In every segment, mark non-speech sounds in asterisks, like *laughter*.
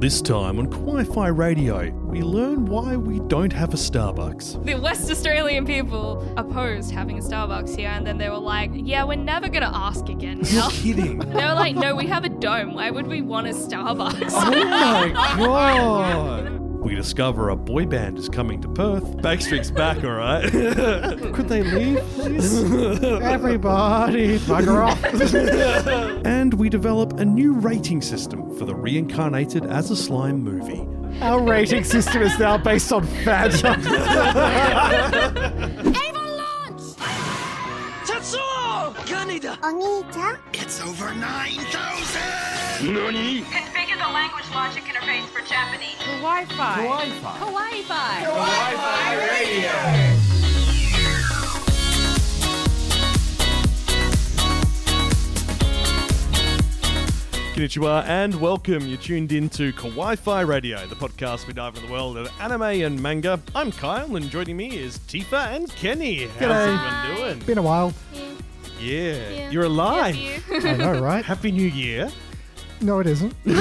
This time on Wi-Fi Radio, we learn why we don't have a Starbucks. The West Australian people opposed having a Starbucks here, and then they were like, yeah, we're never going to ask again *laughs* now. kidding. *laughs* they were like, no, we have a dome. Why would we want a Starbucks? Oh *laughs* my god! We discover a boy band is coming to Perth. Backstreet's back, alright? *laughs* Could they leave, please? and Everybody, bugger off. *laughs* we develop a new rating system for the reincarnated as a slime movie. Our rating system is now based on fat. It's over 9,000! Configure the language logic interface for Japanese. Konnichiwa and welcome. You're tuned in to Kawaii Radio, the podcast we dive into the world of anime and manga. I'm Kyle and joining me is Tifa and Kenny. How's G'day. everyone doing? Been a while. Yeah. Yeah. You're alive. Hmm. You. I know, right? Happy New Year. *laughs* No, it isn't. what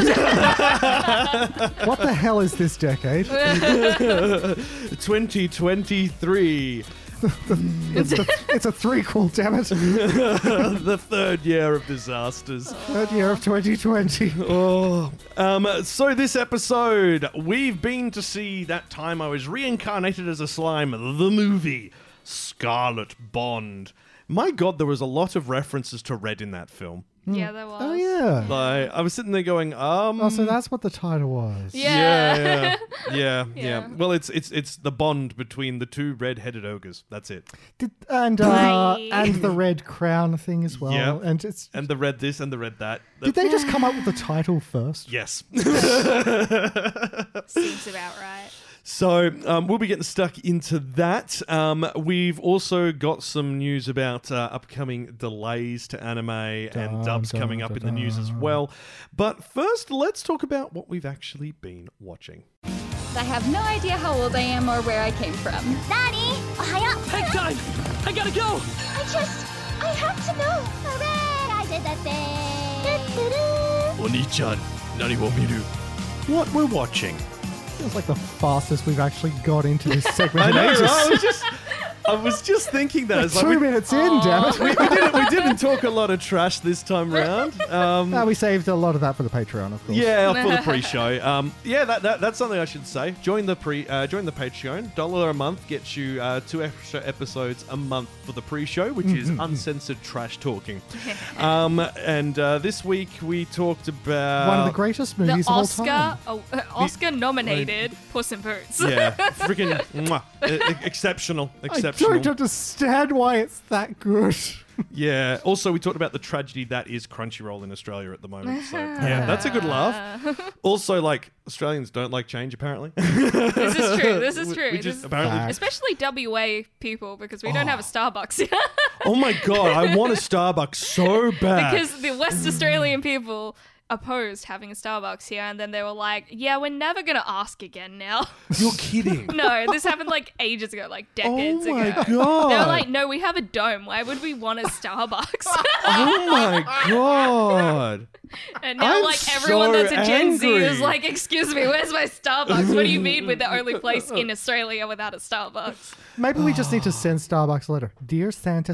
the hell is this decade? 2023, It's a, it's a threequel, damn *laughs* it. the third year of disasters. Third year of 2020. Oh. Um, so, this episode, we've been to see that time I was reincarnated as a slime, the movie Scarlet Bond. My God, there was a lot of references to Red in that film. yeah, there was. Oh, yeah. Like, I was sitting there going, um. Oh, so that's what the title was. yeah, Yeah. yeah, yeah, yeah. Yeah. Well, it's it's it's the bond between the two red-headed ogres. That's it. Did, and uh, Bye. and the red crown thing as well. Yep. And it's And the red this and the red that. did they just come up with the title first? Yes. Seems about right. So um, we'll be getting stuck into that. Um, we've also got some news about uh, upcoming delays to anime and Dun, dubs dun, coming up dun, in the news as dun. well. But first, let's talk about what we've actually been watching. I have no idea how old I am or where I came from. Daddy, ohayou. Take time. I gotta go. I just, I have to know. Hooray! I did that thing. Oni-chan, nani wo miru? What we're watching. Feels like the fastest we've actually got *laughs* into this segment. I in know, ages. right? I *laughs* was just, I was just thinking that. It's like Two we, Oh, minutes in, damn it. we, didn't, we didn't talk a lot of trash this *laughs* time round. Um, No, we saved a lot of that for the Patreon, of course. Yeah, for the pre-show. Um, yeah, that, that, that's something I should say. Join the pre, uh, join the Patreon. Dollar a month gets you uh, two extra episodes a month for the pre-show, which is uncensored trash talking. um, and uh, this week we talked about One of the greatest movies The of all time. Oscar, oh, uh, Oscar nominated Puss in Boots. yeah, freaking mwah, e- e- exceptional, I exceptional. don't understand why it's that *laughs* good. Yeah. Also, we talked about the tragedy that is Crunchyroll in Australia at the moment. So yeah, that's a good laugh. Also, like Australians don't like change apparently. *laughs* This is true. *laughs* This is true. We This just is- apparently Fact. Especially WA people because we don't have a Starbucks *laughs* here. Oh my god, I *laughs* want a Starbucks so bad. *laughs* because the West Australian people opposed having a Starbucks here, and then they were like, yeah, we're never going to ask again now. *laughs* You're kidding. no, this happened like ages ago, like Oh decades my ago. god. They were like, no, we have a dome. Why would we want a Starbucks? *laughs* oh my god. and now, I'm like, everyone so that's a Gen Z angry. is like, excuse me, where's my Starbucks? What do you mean we're *laughs* the only place in Australia without a Starbucks? *laughs* Maybe we just need to Ah. send Starbucks a letter. Dear Santa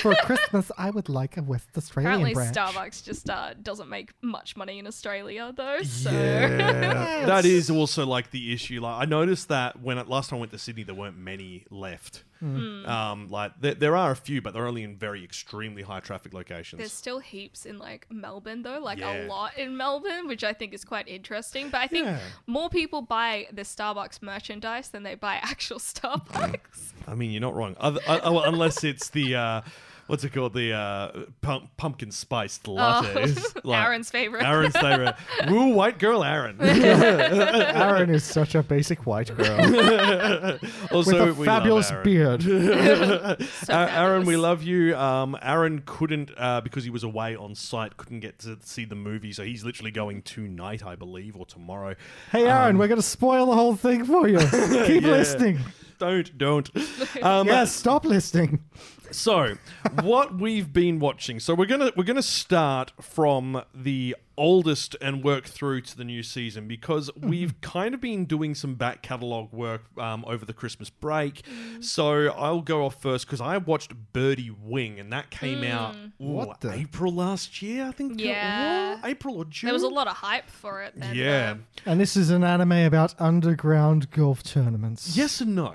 *laughs* for Christmas I would like a West Australian Apparently, branch. Starbucks just uh, doesn't make much money in Australia, though. So. Yeah. that is also like the issue. Like I noticed that when it, last time I went to Sydney, there weren't many left. Mm. Um, like there, there are a few, but they're only in very extremely high traffic locations. There's still heaps in like Melbourne though, like Yeah. a lot in Melbourne, which I think is quite interesting. But I think Yeah. more people buy the Starbucks merchandise than they buy *laughs* actual *laughs* Starbucks. I mean, you're not wrong. Other, uh, oh, unless it's the uh, what's it called? The uh, pump, pumpkin spiced latte. Oh, *laughs* Aaron's favorite. Aaron's *laughs* favorite. Woo, white girl, Aaron. Aaron is such a basic white girl *laughs* with also, a we love fabulous Aaron. beard. So Uh, Aaron, we fabulous. love you. Um, Aaron couldn't uh, because he was away on site, couldn't get to see the movie, so he's literally going tonight, I believe, or tomorrow. Hey Aaron, we're going to spoil the whole thing *laughs* for you. Keep Um, Yeah. listening. Don't, don't. Um, Yeah, stop listening. *laughs* So, what we've been watching. So we're gonna we're gonna start from the oldest and work through to the new season because Mm-hmm. we've kind of been doing some back catalog work um, over the Christmas break. Mm-hmm. So I'll go off first because I watched Birdie Wing and that came out ooh, What the- April last year, I think. Mm. Yeah. April or June. There was a lot of hype for it. And, Yeah. um, And this is an anime about underground golf tournaments. Yes and *laughs* no.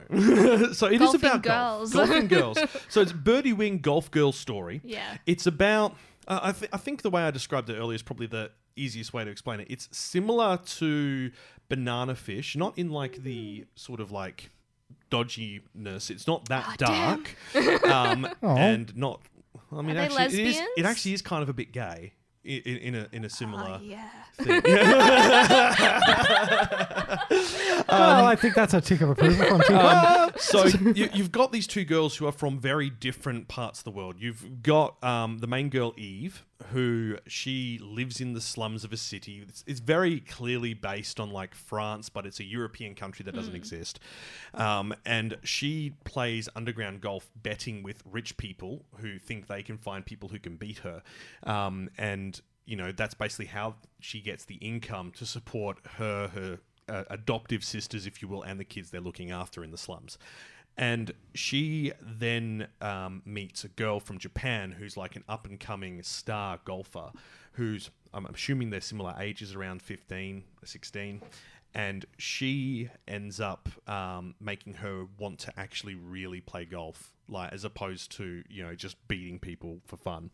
so it is Golfing about girls. golf. *laughs* golfing girls. So it's Birdie Wing golf girl story. Yeah. It's about. Uh, I, th- I think the way I described it earlier is probably the easiest way to explain it. It's similar to banana fish, not in like the sort of like dodginess. It's not Ah, that dark, *laughs* um, and not. I mean, they actually, it, is, it lesbians? actually is kind of a bit gay i- in, in a in a similar yeah. thing. *laughs* Well, Oh, I think that's a tick of approval from Tico. Um, so you, you've got these two girls who are from very different parts of the world. You've got um, the main girl Eve, who she lives in the slums of a city. It's, it's very clearly based on like France, but it's a European country that doesn't exist. Um, and she plays underground golf, betting with rich people who think they can find people who can beat her. Um, and you know that's basically how she gets the income to support her her uh, adoptive sisters, if you will, and the kids they're looking after in the slums. And she then um, meets a girl from Japan who's like an up and coming star golfer who's, I'm assuming they're similar ages, around 15, 16. And she ends up um, making her want to actually really play golf, like as opposed to, you know, just beating people for fun.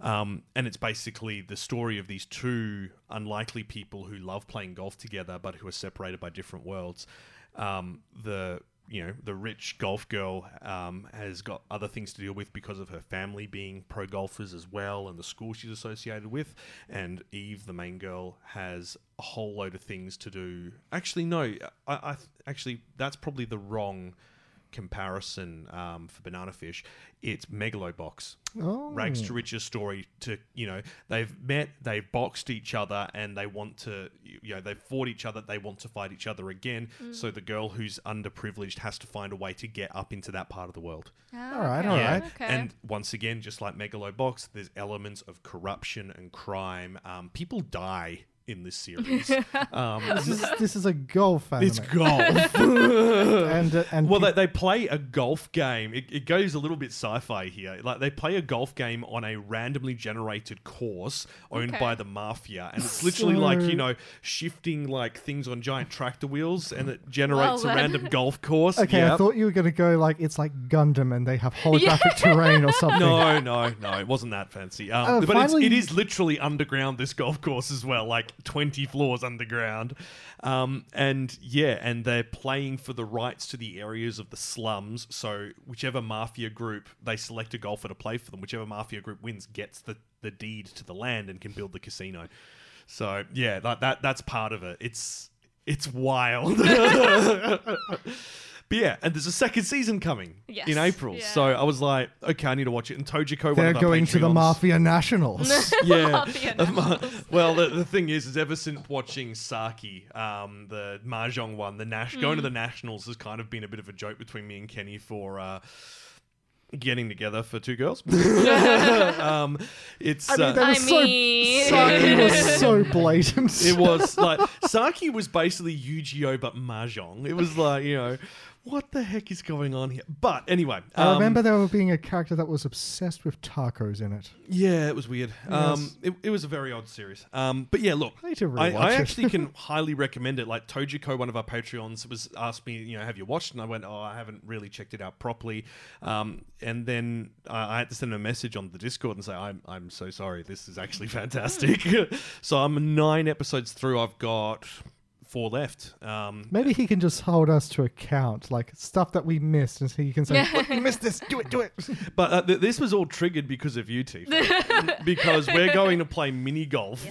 Um, and it's basically the story of these two unlikely people who love playing golf together, but who are separated by different worlds. Um, the you know the rich golf girl um, has got other things to deal with because of her family being pro golfers as well, and the school she's associated with. And Eve, the main girl, has a whole load of things to do. Actually, no, I, I actually that's probably the wrong comparison um, for banana fish it's megalobox Oh, rags Hmm. to riches story to you know they've met they've boxed each other and they want to you know they've fought each other they want to fight each other again so Hmm. the girl who's underprivileged has to find a way to get up into that part of the world All right, all Okay. right. Okay. and *laughs* once again just like megalobox there's elements of corruption and crime um, people die in this series um, This is, this is a golf anime. it's golf *laughs* *laughs* and uh, and Well, they, they play a golf game. It, it goes a little bit sci-fi here. Like they play a golf game on a randomly generated course owned Okay. by the mafia, and it's literally like So- you know shifting like things on giant tractor wheels, and it generates a then. *laughs* random golf course. Okay, I Yep. thought you were going to go like it's like Gundam and they have holographic terrain or something. No, no, no! It wasn't that fancy. Um, Uh, but it's, finally- it is literally underground. This golf course as well, like twenty floors underground. Um, and yeah, and they're playing for the rights to the areas of the slums. So whichever mafia group they select a golfer to play for them, whichever mafia group wins gets the the deed to the land and can build the casino. So yeah, that, that that's part of it. It's it's *laughs* wild. *laughs* But yeah, and there's a second season coming Yes. in April. Yeah. So I was like, okay, I need to watch it. And Tojiko, one They're of our going to the Patreons- Mafia Nationals. *laughs* Yeah. *laughs* *laughs* Um, Mafia The ma- well, the, the thing is, is ever since watching Saki, um, the mahjong one, the Nash going to Hmm. the nationals has kind of been a bit of a joke between me and Kenny for. Uh, Getting together for two *laughs* girls. *laughs* um, it's I mean, uh, that was I so, mean- Saki was so blatant. it *laughs* was like Saki was basically Yu-Gi-Oh but mahjong. It was like you know, what the heck is going on here? But anyway, I um, remember there being a character that was obsessed with tacos in it. Yeah, it was weird. Um, Yes. it, it was a very odd series. Um, but yeah, look, I need to I, rewatch I it. actually *laughs* can highly recommend it. Like Tojiko, one of our Patreons, was asked me, you know, have you watched? And I went, oh, I haven't really checked it out properly. Um, and then I, I had to send a message on the Discord and say, I'm, I'm so sorry. This is actually *laughs* fantastic. so I'm nine episodes through. I've got four left. Um, Maybe he can just hold us to account, like stuff that we missed, and so he can say, "Look, "You missed this. Do it. Do it." But uh, th- this was all triggered because of you, Tifa. *laughs* because we're going to play mini golf *laughs*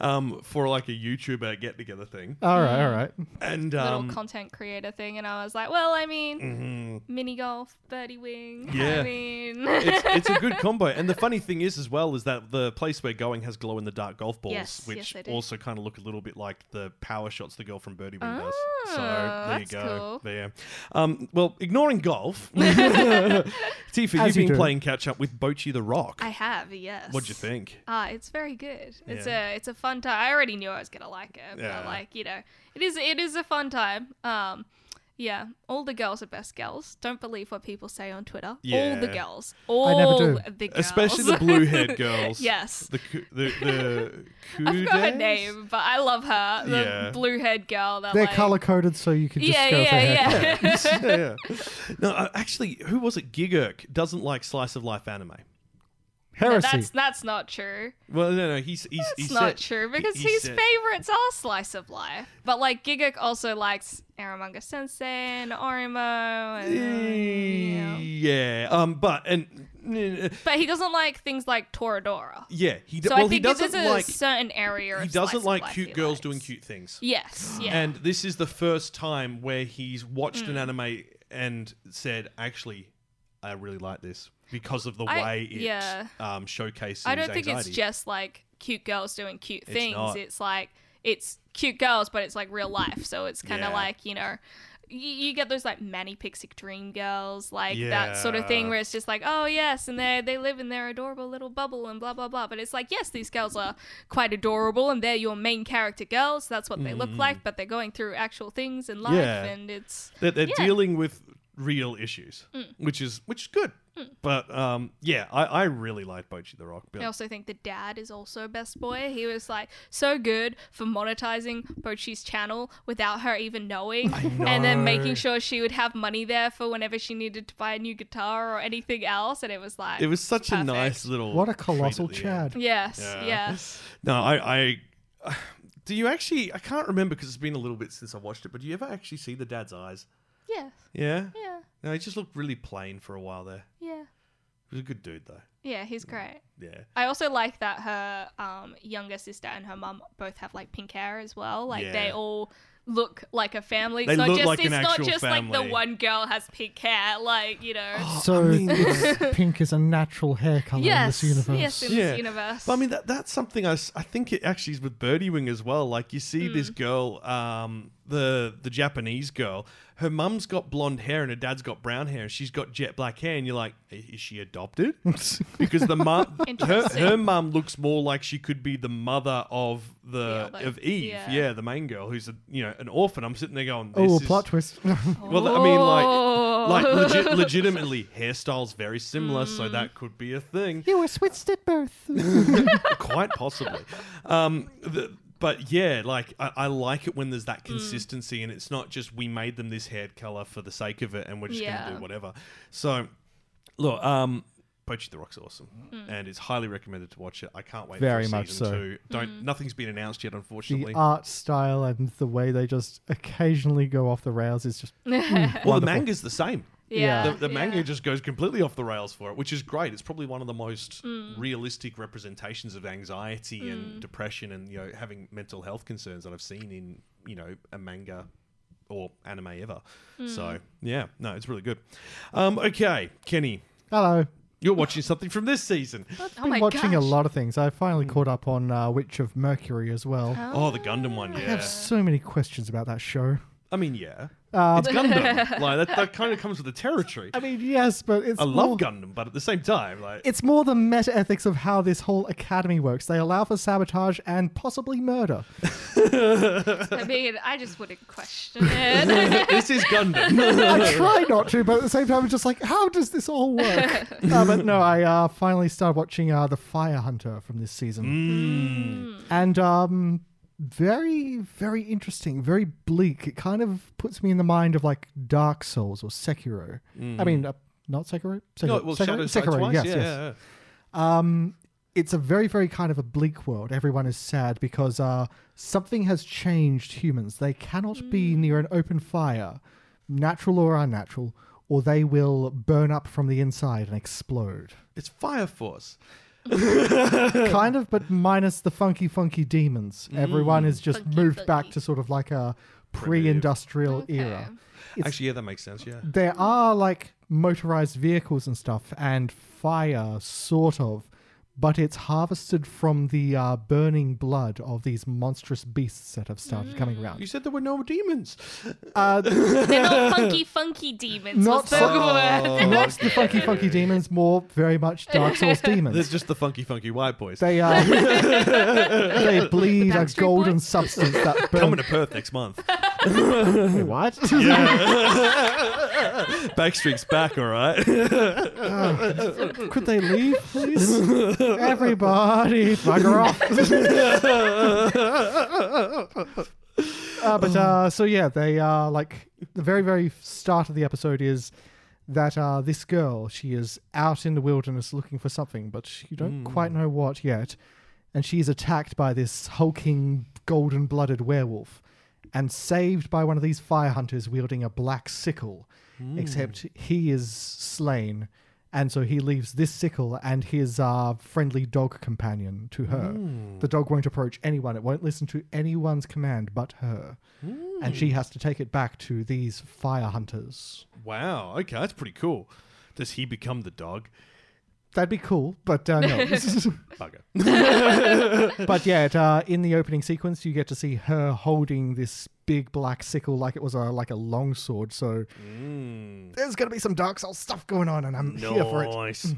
um, for like a YouTuber get together thing. all right, all right. And Little um, content creator thing, and I was like, well, I mean, mini golf, birdie wing. Mm-hmm. Yeah. I mean, *laughs* *laughs* it's, it's a *laughs* good combo. And the funny thing is, as well, is that the place we're going has glow in the dark golf balls, Yes, yes, which they do. also kind of look a little bit like like the power shots the girl from Birdie Wing does. So Oh, there you that's go. cool. There. Um, well, ignoring *laughs* golf, *laughs* Tifa, As you've you been do. playing catch up with Bochi the Rock. I have, yes. What'd you think? Ah, it's very good. It's Yeah. a it's a fun time. I already knew I was gonna like it, Yeah. but like you know, it is it is a fun time. Um, yeah, all the girls are best girls. Don't believe what people say on Twitter. All the Yeah. girls, all do. the girls, Especially *laughs* the blue haired girls. Yes. The cu- the the *laughs* I forgot her Kudes? name, but I love her. The Yeah. blue haired girl. That They're like, color coded so you can just Yeah, go with their hair. *laughs* yeah, yeah. yeah, *laughs* yeah. No, uh, actually, who was it? Gigurk doesn't like slice of life anime. No, Heresy. that's that's not true. Well, no, no, he's he's That's he not said- true he- because he his said- favorites are slice of life. But like Gigak also likes Aramanga Sensei and Orimo, and, yeah. Yeah, um, but and uh, but he doesn't like things like Toradora. yeah, he d- So well I he think this is doesn't a like certain area. he of slice doesn't of like life cute he girls likes. doing cute things. *gasps* Yes, yeah, Mm. And this is the first time where he's watched an anime and said, "Actually, I really like this because of the I- way it yeah. um, showcases." I don't think it's anxiety. just like cute girls doing cute things. not. It's, like it's cute girls, but it's like real life. So it's kind of Yeah. like you know, you, you get those like Manny Pixie Dream Girls, like that sort of thing, Yeah. where it's just like, oh yes, and they they live in their adorable little bubble and blah blah blah. But it's like, yes, these girls are quite adorable, and they're your main character girls. That's what they look like, but they're going through actual things in life, Mm. Yeah. and it's that they're Yeah. dealing with real issues, which is which is good. But um, yeah, I, I really like Bochi the Rock. But I also think the dad is also best boy. He was like so good for monetizing Bochi's channel without her even knowing, and then making sure she would have money there for whenever she needed to buy a new guitar or anything else. And it was like it was such a perfect. nice little What a treat at colossal the Chad. end. Yes, Yeah. *laughs* yes. No, I, I *sighs* do you actually? I can't remember because it's been a little bit since I watched it. But do you ever actually see the dad's eyes? Yes. Yeah. Yeah. No, he just looked really plain for a while there. Yeah. He was a good dude though. Yeah, he's great. Yeah. I also like that her um, younger sister and her mum both have like pink hair as well. Like they Yeah. all look like a family. They it's not look just like it's an not actual just like family. the one girl has pink hair, like, you know. *gasps* So it's *laughs* pink is a natural hair color yes, in this universe. Yes, in Yeah. this universe. But I mean, that that's something I, s- I think it actually is with Birdie Wing as well. Like you see this girl, um, the the Japanese girl. Her mum's got blonde hair and her dad's got brown hair, and she's got jet black hair. And you're like, "I- is she adopted? *laughs* because the mum, her, Interesting. her mum looks more like she could be the mother of the The other- of Eve, yeah. yeah. the main girl who's a, you know an orphan. I'm sitting there going, this Oh, is, *laughs* plot twist. *laughs* Well, th- I mean, Oh. like, like legit, legitimately, hairstyles very similar, so that could be a thing. you were switched *laughs* at birth. quite possibly. Um, the, but yeah, like I, I like it when there's Mm. that consistency, and it's not just we made them this hair color for the sake of it, and we're just Yeah. going to do whatever. So, look, um, Poachy the Rock's awesome, Mm. and it's highly recommended to watch it. I can't wait. Very for much season so. Two. Don't Mm. nothing's been announced yet, the uh, unfortunately. art style and the way they just occasionally go off the rails is *laughs* just Oh well, the manga's the same. yeah. The, the manga yeah. just goes completely off the rails for it, which is great. It's probably one of the most realistic representations of anxiety and depression and you know having mental health concerns that I've seen in you know a manga or anime ever. So yeah, no, it's really good. Um, okay, Kenny, hello. you're watching something from this season. Oh I've been my watching a gosh. lot of things. I finally Hmm. caught up on uh, Witch of Mercury as well. Uh, Oh, the Gundam one, I have yeah. so many questions about that show. I mean, yeah, it's Gundam. like that, that kind of comes with the territory. Uh, I mean, yes, but it's I more- love Gundam, but at the same time, like It's more the meta ethics of how this whole academy works. They allow for sabotage and possibly murder. I mean, I just *laughs* wouldn't question *laughs* it. *laughs* this is *laughs* Gundam. *laughs* I try not to, but at the same time, I'm just like, how does this all work? uh, but no, I uh, finally started watching uh, The Fire Hunter from this Mm. season. Hmm. And um, very, very interesting, very bleak. It kind of puts me in the mind of like Dark Souls or Sekiro. I mean, uh, not Sekiro? Sekiro, Mm. no, well, Sekiro? Shadow Side Sekiro, twice. yes, yeah, yes yeah, yeah. it's a very very kind of a bleak world everyone is sad because uh, something has changed humans they cannot be near an open fire natural or unnatural or they will burn up from the inside and explode It's Fire Force. kind of but minus the funky funky demons everyone is just Funky, moved back funky. to sort of like a pre-industrial era Actually, yeah, that makes sense. Yeah. there are like motorized vehicles and stuff and fire sort of but it's harvested from the uh, burning blood of these monstrous beasts that have started coming *laughs* You around. said there were no demons. They're not funky, funky demons. Not What's the so- Oh, *laughs* word? Mm. Not the funky, funky demons, more very much *laughs* Dark Souls There's demons. just the funky, funky white boys. They *laughs* uh, they bleed a Backstreet golden Boys? substance that Coming burns. to Perth next month. Wait, *laughs* what? Backstreet's back, all right. *laughs* *laughs* Could they leave, please? *laughs* Everybody, bugger off. *laughs* uh, but uh, so yeah, they uh, like the very very start of the episode is that uh, this girl she is out in the wilderness looking for something, but you don't quite know what yet, and she is attacked by this hulking golden blooded werewolf. And saved by one of these fire hunters wielding a black sickle, except he is slain, and so he leaves this sickle and his uh, friendly dog companion to her. The dog won't approach anyone, it won't listen to anyone's command but her. And she has to take it back to these fire hunters. wow. Okay, that's pretty cool. Does he become the dog? That'd be cool, but uh, no. Bugger. *laughs* but yeah, it, uh, in the opening sequence, you get to see her holding this big black sickle like it was a like a long sword. So there's going to be some Dark Souls stuff going on, and I'm *laughs* here for it. Mm. Nice.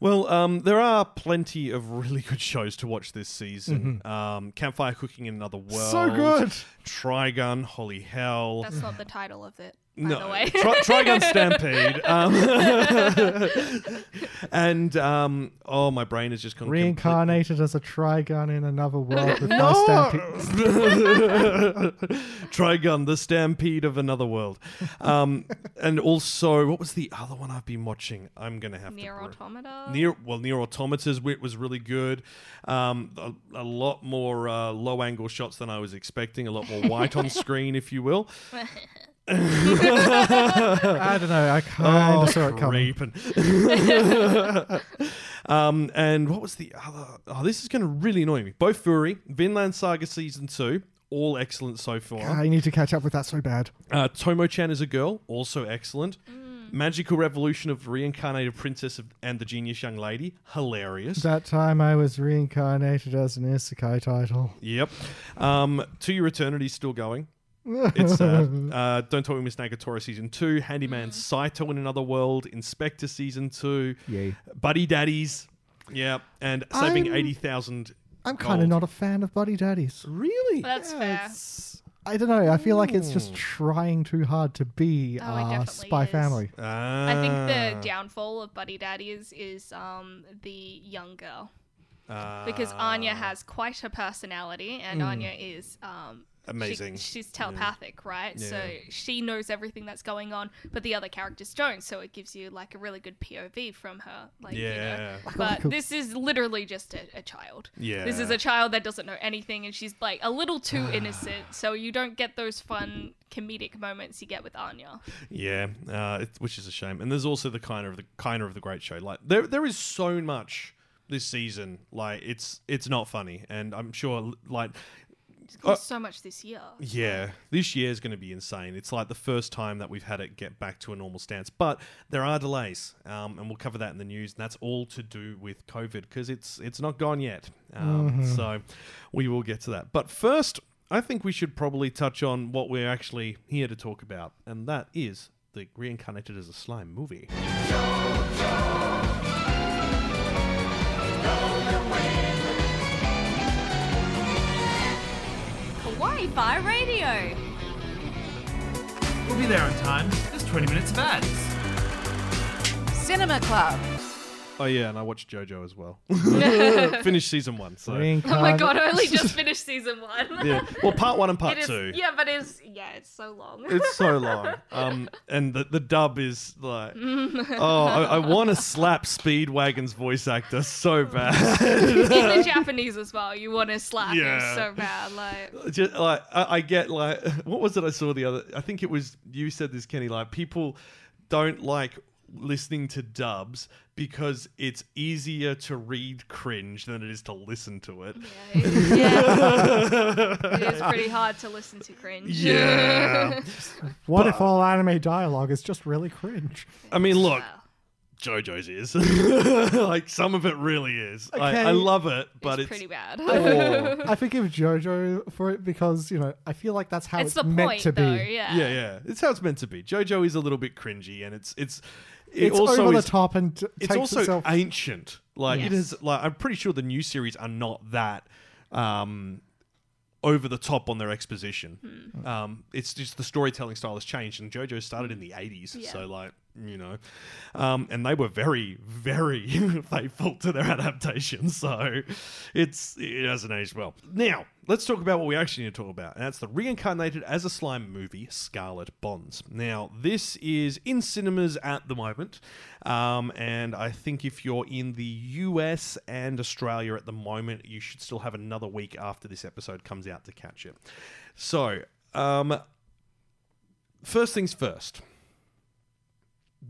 Well, um, there are plenty of really good shows to watch this season. Um, Campfire Cooking in Another World. Mm-hmm. So good. Trigun, Holy Hell. That's not the title of it, by no, the way. Tri- *laughs* Trigun Stampede. Um, *laughs* and, um, oh, my brain is just gone. complete- Reincarnated as a Trigun in another world with No! no stampede. *laughs* Trigun, the Stampede of Another World. Um, and also, what was the other one I've been watching? I'm going to have Near to. Automata. Near well, near automata's wit was really good. Um, a, a lot more uh, low angle shots than I was expecting. A lot more white on screen, if you will. I don't know. I kind Oh, of saw it coming. Creeping. um, and what was the other? Oh, this is going to really annoy me. Both Fury, Vinland Saga season two, all excellent so far. I need to catch up with that so bad. Uh, Tomo Chan is a girl, also excellent. Magical Revolution of Reincarnated Princess of, and the Genius Young Lady, hilarious. That time I was reincarnated as an isekai title. Yep. Um, to Your Eternity's still going. It's *laughs* sad. Uh, Don't Talk with Miss Nagatora Season 2, Mm-hmm. Handyman Saito in Another World, Inspector Season 2, Yay. Buddy Daddies, yeah, and Saving I'm- 80,000. I'm kind Gold. of not a fan of Buddy Daddies. Really? That's fair. Oh, It's- I don't know. I feel like it's Hmm. just trying too hard to be Oh, it uh, definitely Spy is. Family. Ah. I think uh, the downfall of Buddy Daddy is, is um, the young girl. Because Uh, Anya has quite a personality, mm. and Anya is um, she- Amazing. she's telepathic, right? So she knows everything that's going on, but the other characters don't. So it gives you like a really good POV from her. Like, you know. Yeah. But this is literally just a, a child. Yeah. This is a child that doesn't know anything, and she's like a little too innocent. So you don't get those fun comedic moments you get with Anya. Yeah, uh, it, which is a shame. And there's also the kind of the kind of the great show. Like there, there is so much this season. Like it's it's not funny, and I'm sure like There's so much this year. Uh, Yeah, this year is going to be insane. It's like the first time that we've had it get back to a normal stance, but there are delays, um, and we'll cover that in the news. And that's all to do with COVID because it's it's not gone yet. Um, So we will get to that. But first, I think we should probably touch on what we're actually here to talk about, and that is the reincarnated as a slime movie. Hawaii by radio. We'll be there on time. There's 20 minutes of ads. Cinema Club. Oh yeah, and I watched JoJo as *laughs* well. Finished season one, so Oh my Reincarn- god, *laughs* I only just finished season one. yeah. Well, part one and *laughs* It part is, two. yeah, but it's yeah, it's so long. *laughs* It's so long. Um, and the, the dub is like, Mm. oh, I, I want to slap Speedwagon's voice actor so bad. *laughs* In the Japanese as well, you want to slap Yeah. him so *laughs* bad, like Just, like I, I get like, what was it I saw the other? I think it was you said this, Kenny. Like people don't like listening to dubs because it's easier to read cringe than it is to listen to it. yeah, *laughs* it *laughs* is pretty hard to listen to cringe. Yeah. *laughs* What if all anime dialogue is just really cringe? I mean, look, JoJo's is. *laughs* like some of it really is. Okay. I, I love it, but it's, pretty bad. *laughs* *laughs* I forgive JoJo for it because you know I feel like that's how it's it's, the meant point, to be. though. Yeah. yeah, yeah. It's how it's meant to be. JoJo is a little bit cringy, and it's it's it It's also over is- the top and t- It's takes also itself. ancient. Like it Yes. is. Like I'm pretty sure the new series are not that. Um, over the top on their exposition. Um, it's just the storytelling style has changed, and JoJo started in the 80s. Yeah. So, like, you know. Um, and they were very, very *laughs* faithful to their adaptation. So, it's it hasn't aged well. Now, let's talk about what we actually need to talk about. And that's the reincarnated as a slime movie, Scarlet Bonds. Now, this is in cinemas at the moment. Um, and I think if you're in the US and Australia at the moment, you should still have another week after this episode comes out to catch it. So, um, first things first.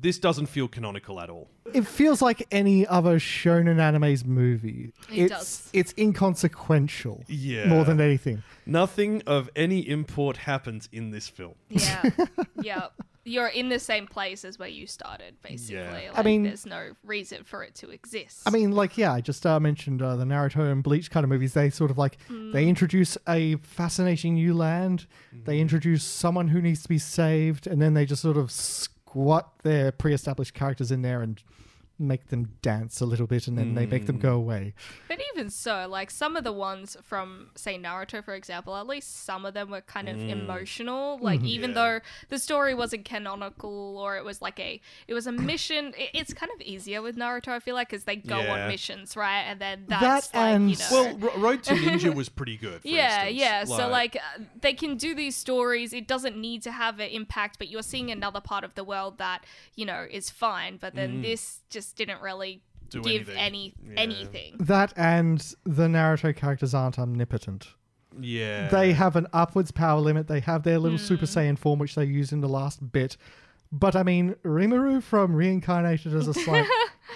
This doesn't feel canonical at all. It feels like any other shonen anime's movie. It it's does. it's inconsequential. Yeah. More than anything. Nothing of any import happens in this film. Yeah. *laughs* yeah. You're in the same place as where you started, basically. Yeah. Like, mean- there's no reason for it to exist. I mean, like, yeah, I just uh, mentioned uh, the Naruto and Bleach kind of movies. They sort of like they introduce a fascinating new land, they introduce someone who needs to be saved, and then they just sort of squat their pre-established characters in there and make them dance a little bit, and then they make them go away. But even so, like some of the ones from, say, Naruto, for example, at least some of them were kind of Mm. emotional. Mm-hmm. Like even though the story wasn't canonical or it was like a, it *clears throat* was a mission. It, it's kind of easier with Naruto, I feel like, because they go Yeah. on missions, right? And then that's like, and- you know. Well, Ro- Road to Ninja was pretty good. for *laughs* yeah, instance. yeah. so like uh, they can do these stories. It doesn't need to have an impact, but you're seeing another part of the world that you know is fine. But then this just didn't really Mm. Do give anything. any Yeah. anything. That and the Naruto characters aren't omnipotent. yeah, They have an upwards power limit. They have their little Super Saiyan form, which they use in the last bit. But I mean, Rimuru from Reincarnated as a Slime,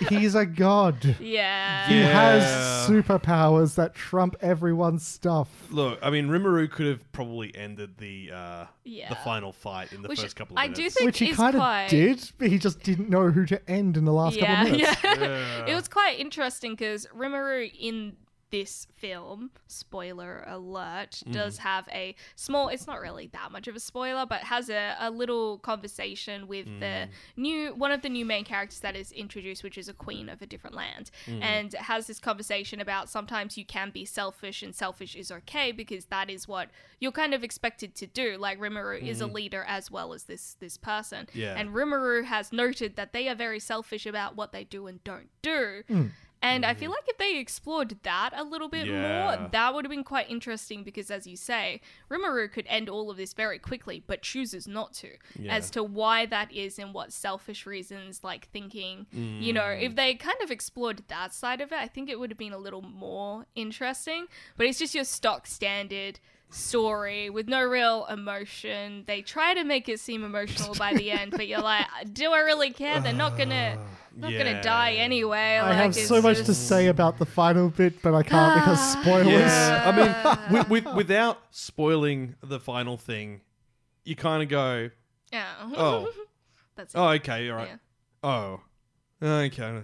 he's a god. Yeah. He Yeah. has superpowers that trump everyone's stuff. Look, I mean, Rimuru could have probably ended the uh, the Yeah. final fight in the Which first couple of I minutes. do think Which he is kind quite- of did, but he just didn't know who to end in the last couple of *laughs* minutes. Yeah. it was quite interesting because Rimuru in this film, spoiler alert, does have a small, it's not really that much of a spoiler, but has a, a little conversation with the new, one of the new main characters that is introduced, which is a queen of a different land, and has this conversation about sometimes you can be selfish and selfish is okay because that is what you're kind of expected to do. Like Rimuru is a leader as well as this, this person. Yeah. And Rimuru has noted that they are very selfish about what they do and don't do. And I feel like if they explored that a little bit Yeah. more, that would have been quite interesting because, as you say, Rimuru could end all of this very quickly, but chooses not to, as to why that is and what selfish reasons, like thinking, you know, Mm. if they kind of explored that side of it, I think it would have been a little more interesting. But it's just your stock standard story with no real emotion. They try to make it seem emotional by the end, but you're *laughs* like, do I really care? They're not *sighs* gonna, not Yeah. gonna die anyway. I like, have it's so much to just- Ah. say about the final bit, but I can't because spoilers. Yeah, I mean, with, with, without spoiling the final thing, you kind of go, *laughs* Yeah. oh, *laughs* That's it. oh, okay, all right, Yeah. oh, okay,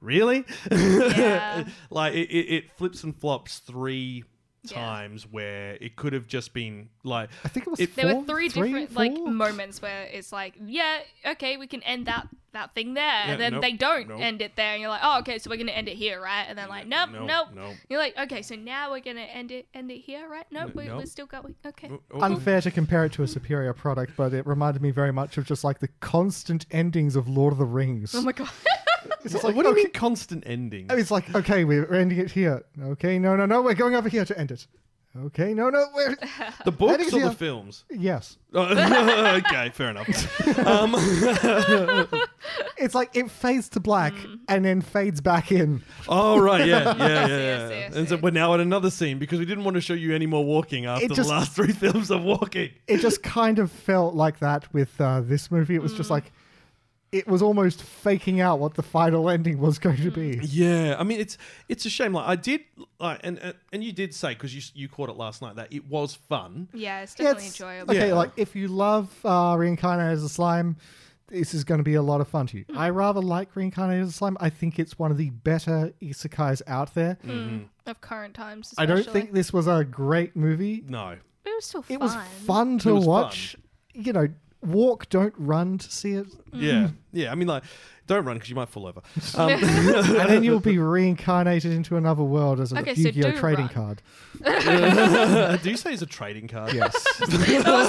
really? Yeah. *laughs* like it, it, it flips and flops three Yeah. times where it could have just been like I think it was It- There four, were three, different four? like moments where it's like, yeah, okay, we can end that that thing there, Yeah, and then nope, they don't nope. end it there, and you're like, oh, okay, so we're gonna end it here, right? And then like, nope, no, nope. no. You're like, okay, so now we're gonna end it end it here, right? Nope, we, nope. we're still going. Okay. oh, oh, unfair to compare it to a superior product, but it reminded me very much of just like the constant endings of Lord of the Rings. Oh *laughs* my god. it's just like, what do you okay- mean constant ending? I mean, It's like, okay, we're ending it here. Okay, no, no, no, we're going over here to end it. Okay, no, no, *laughs* we're. the books is or the yeah. films? Yes. Oh, *laughs* okay, fair enough. Um, It's like it fades to black and then fades back in. oh right, yeah, yeah, yeah. yes, yeah. yes, and so yes. we're now at another scene because we didn't want to show you any more walking after just- the last three *laughs* films of walking. It just kind of felt like that with uh, this movie. It was just like. It was almost faking out what the final ending was going to be. Yeah, I mean it's it's a shame. Like I did, like and and- and you did say because you you caught it last night that it was fun. Yeah, it's Yeah, definitely it's- enjoyable. Okay, Yeah. like if you love uh, Reincarnated as a Slime, this is going to be a lot of fun to you. I rather like Reincarnated Slime. I think it's one of the better isekais out there. Mm, of current times. I don't especially. think this was a great movie. No. it was still fun. It was fun to It was watch. You know, walk, don't run to see it. Yeah, yeah. I mean, like, don't run because you might fall *laughs* over. Um, *laughs* and then you'll be reincarnated into another world as a Okay, so Yu-Gi-Oh do trading run. card. Um, *laughs* do you say it's a trading card? Yes. *laughs* that was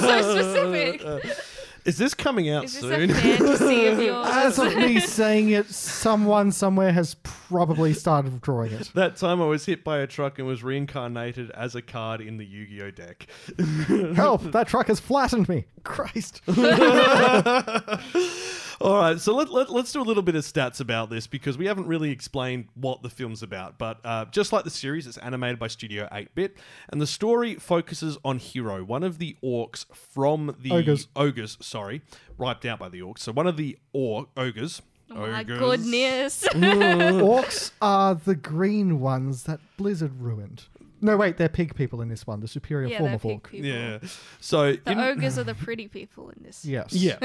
*laughs* so specific. Is this coming out Is this Uh, soon? a fantasy of yours? That's not me saying it. Someone somewhere has probably started drawing it. *laughs* that time I was hit by a truck and was reincarnated as a card in the Yu-Gi-Oh deck. Help! That truck has flattened me. Christ. *laughs* All right, so let, let, let's do a little bit of stats about this because we haven't really explained what the film's about. But uh, just like the series, it's animated by Studio 8 Bit, and the story focuses on Hero, one of the orcs from the Ogres. ogres sorry, wiped out by the orcs. So one of the or- ogres. Oh my ogres. goodness. *laughs* Orcs are the green ones that Blizzard ruined. No, wait, they're pig people in this one, the superior yeah, form they're of pig orc. people. Yeah. So The in- ogres are the pretty people in this. Yes. Yeah.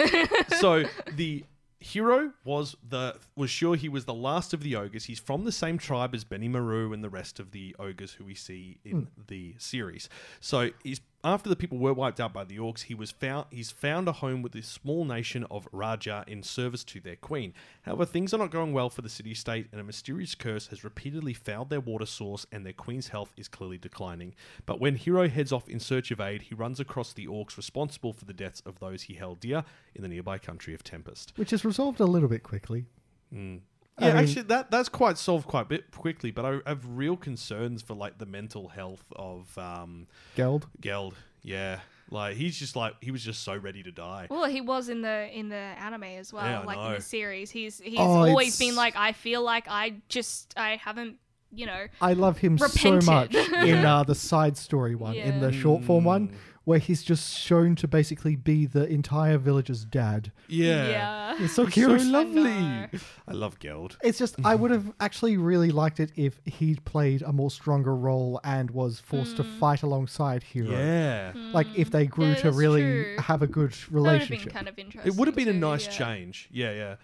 so the hero was the was sure he was the last of the ogres. He's from the same tribe as Benny Maru and the rest of the ogres who we see in the series. So he's after the people were wiped out by the orcs, he was found he's found a home with the small nation of Raja in service to their queen. However, things are not going well for the city state and a mysterious curse has repeatedly fouled their water source and their queen's health is clearly declining. But when Hero heads off in search of aid, he runs across the orcs responsible for the deaths of those he held dear in the nearby country of Tempest. Which is resolved a little bit quickly. Yeah, I mean- actually, that that's quite solved quite a bit quickly, but I have real concerns for like the mental health of um, Geld. Geld. Yeah, like he's just like he was just so ready to die. Well, he was in the in the anime as well, Yeah, I like in know. the series. He's he's Oh, always it's- been like, I feel like I just I haven't, you know, I love him Repented. *laughs* so much in uh, the side story one, in the short form Mm. one, where he's just shown to basically be the entire village's dad. Yeah, yeah. It's so so Mm-hmm. cute. lovely. know. I love Geld. It's just I would have actually really liked it if he'd played a more stronger role and was forced to fight alongside Hero. Yeah. Like if they grew Mm. Yeah, to that's really true. have a good That would have been relationship. kind of interesting. It would have been a too, nice yeah. change. Yeah, yeah.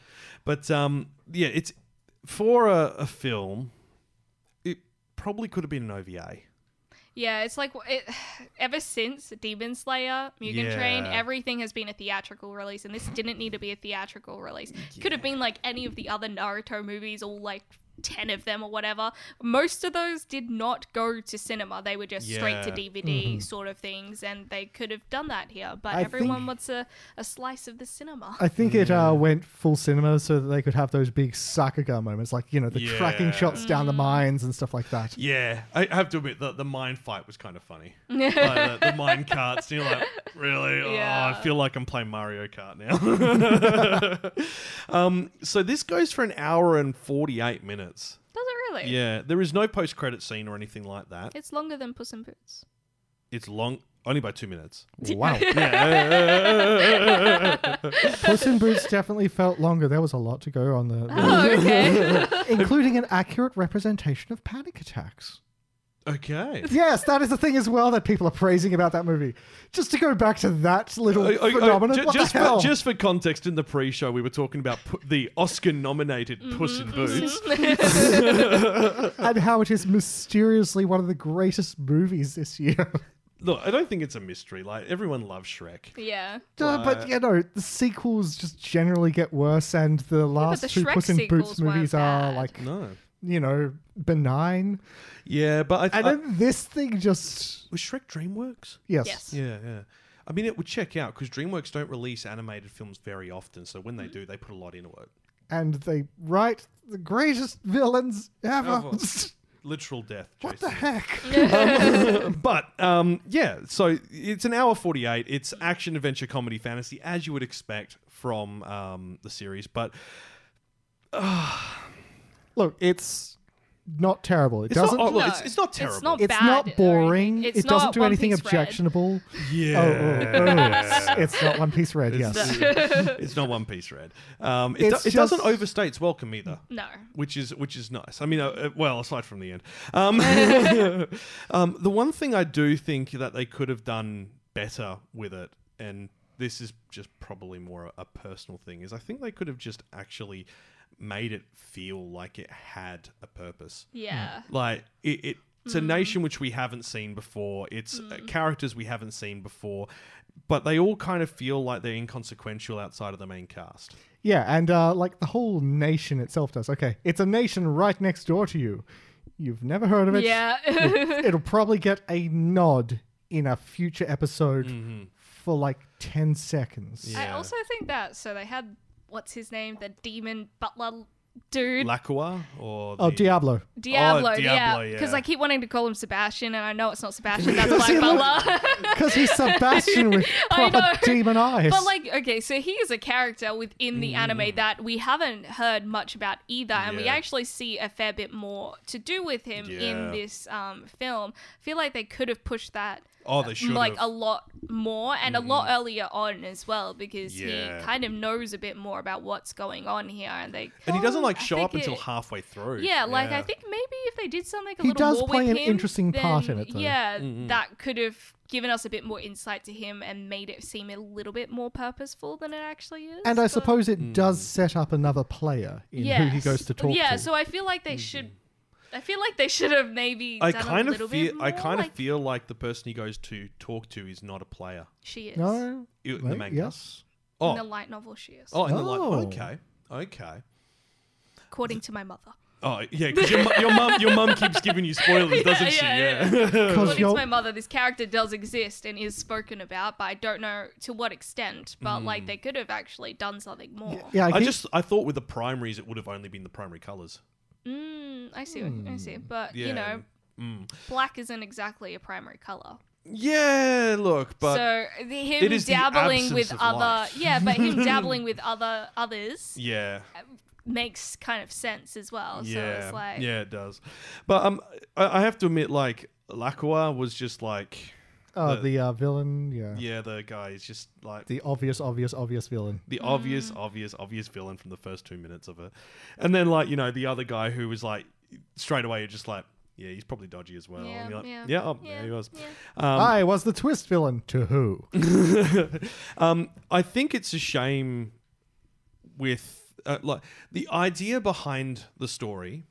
But um yeah, it's for a, a film, it probably could have been an OVA. Yeah, it's like it, *sighs* ever since Demon Slayer, Mugen Train, Yeah. everything has been a theatrical release, and this didn't need to be a theatrical release. Could have been like any of the other Naruto movies, all like ten of them or whatever. Most of those did not go to cinema; they were just straight to Yeah. Mm-hmm. DVD sort of things, and they could have done that here. But I everyone think- wants a, a slice of the cinema. I think it Mm. uh, went full cinema so that they could have those big Sakuga moments, like you know the tracking Yeah. shots down the Mm. mines and stuff like that. Yeah, I have to admit the the mind fight was kind of funny. *laughs* like the, the mind carts, you're like, really? Oh, I Yeah. feel like I'm playing Mario Kart now. *laughs* um, so this goes for an hour and forty eight minutes. Does it really? Yeah, there is no post credit scene or anything like that. It's longer than Puss *laughs* in Boots. It's long, only by two minutes. Wow, Yeah. Puss in *laughs* Boots definitely felt longer. There was a lot to go on there, Oh, *laughs* okay. including an accurate representation of panic attacks. okay. Yes, that is the thing as well that people are praising about that movie. Just to go back to that little Oh, oh, oh, phenomenon, ju- what just, the hell? For, just for context, in the pre-show, we were talking about pu- the Oscar-nominated Puss in Mm-hmm. Boots. and how it is mysteriously one of the greatest movies this *laughs* year. Look, I don't think it's a mystery. Like everyone loves Shrek. yeah. Why? Uh, but you know, the sequels just generally get worse, and the last the two Shrek Puss in Boots sequels weren't movies are bad. like No. you know benign, Uh, Yeah, but I, th- and I- then this thing just was Shrek DreamWorks. yes, Yes. Yeah, yeah. I mean, it would check out because DreamWorks don't release animated films very often. So when they do, they put a lot into it. and they write the greatest villains ever. Ever. Literal death. *laughs* what the Jason. heck? but um, yeah, so it's an hour forty-eight. It's action, adventure, comedy, fantasy, as you would expect from um, the series. But Look, it's not terrible. It it's doesn't. not, oh, look, No. it's, it's not It's terrible. not it's bad or not anything. boring. It's it doesn't not do One anything Piece Red. objectionable. yeah, Oh, oh, oh, it's not One Piece Red. Yes, It's, *laughs* it's not One Piece Red. Um, it, do, It's it doesn't just- overstay its welcome either. No. Which is which is nice. I mean, uh, uh, well, aside from the end, *laughs* um, *laughs* um, the one thing I do think that they could have done better with it, and this is just probably more a, a personal thing. Is I think they could have just actually made it feel like it had a purpose. Yeah. Like it, it it's a Hmm. nation which we haven't seen before. It's uh, characters we haven't seen before, but they all kind of feel like they're inconsequential outside of the main cast. Yeah, and uh, like the whole nation itself does. Okay, it's a nation right next door to you. You've never heard of it. Yeah. *laughs* it'll, it'll probably get a nod in a future episode Mm-hmm. for like 10 seconds. I also think that so they had what's his name, the demon butler dude. Lacua or Oh, the- Diablo. Diablo, Oh, Diablo, yeah, yeah. because I keep wanting to call him Sebastian, and I know it's *laughs* not Sebastian. That's Black Butler. *laughs* Because he's Sebastian with I proper know. demon eyes. But like, okay, so he is a character within the anime that we haven't heard much about either, and we Mm. Yeah. actually see a fair bit more to do with him Yeah. in this um, film. I feel like they could have pushed that Oh, they should like have. Mm-hmm. a lot more and a lot earlier on as well because Yeah. he kind of knows a bit more about what's going on here, and they Oh, and he doesn't like show think up until it- halfway through. Yeah, like I think maybe if they did something a He little does more play with an him, interesting part in then, it, though. Yeah, Mm-hmm. that could have given us a bit more insight to him and made it seem a little bit more purposeful than it actually is. and I but- suppose it does Hmm. set up another player in who he Yes. goes to talk yeah, to. so I feel like they should. I feel like they should have maybe. Mm-hmm. I done kind a of little feel Bit more, I kind like of feel like the person he goes to talk to is not a player. she is. no? You- Wait, the Magnus. yes. In the Oh, light novel, she is. oh, in the Oh. light. Okay, okay. According to my mother. Oh yeah, because your, mu- your mum your mum keeps giving you spoilers, *laughs* doesn't she? yeah, Yeah. *laughs* Because According to you're my mother, this character does exist and is spoken about, but I don't know to what extent. But Hmm. like, they could have actually done something more. yeah, I, I think- just I thought with the primaries it would have only been the primary colors. Mm, I see. What, I see. But Hmm. Yeah. Hmm. you know, black isn't exactly a primary color. Yeah, look, but so the- him it is the dabbling with absence of other, life. yeah, but *laughs* him dabbling with other others yeah, makes kind of sense as well. So yeah, it's like, yeah, it does. But um, I, I have to admit, like Lacroix was just like, oh, the, uh, villain, yeah. yeah, the guy is just like the, The obvious, obvious, obvious villain. Mm. obvious, obvious, obvious villain from the first two minutes of it, and then like you know the other guy who was like straight away, you're just like, yeah, he's probably dodgy as well. And Yeah, you're like, yeah, yeah, oh, yeah, yeah, he was. yeah. I was the twist villain. To who? um, I think it's a shame with uh, like the idea behind the story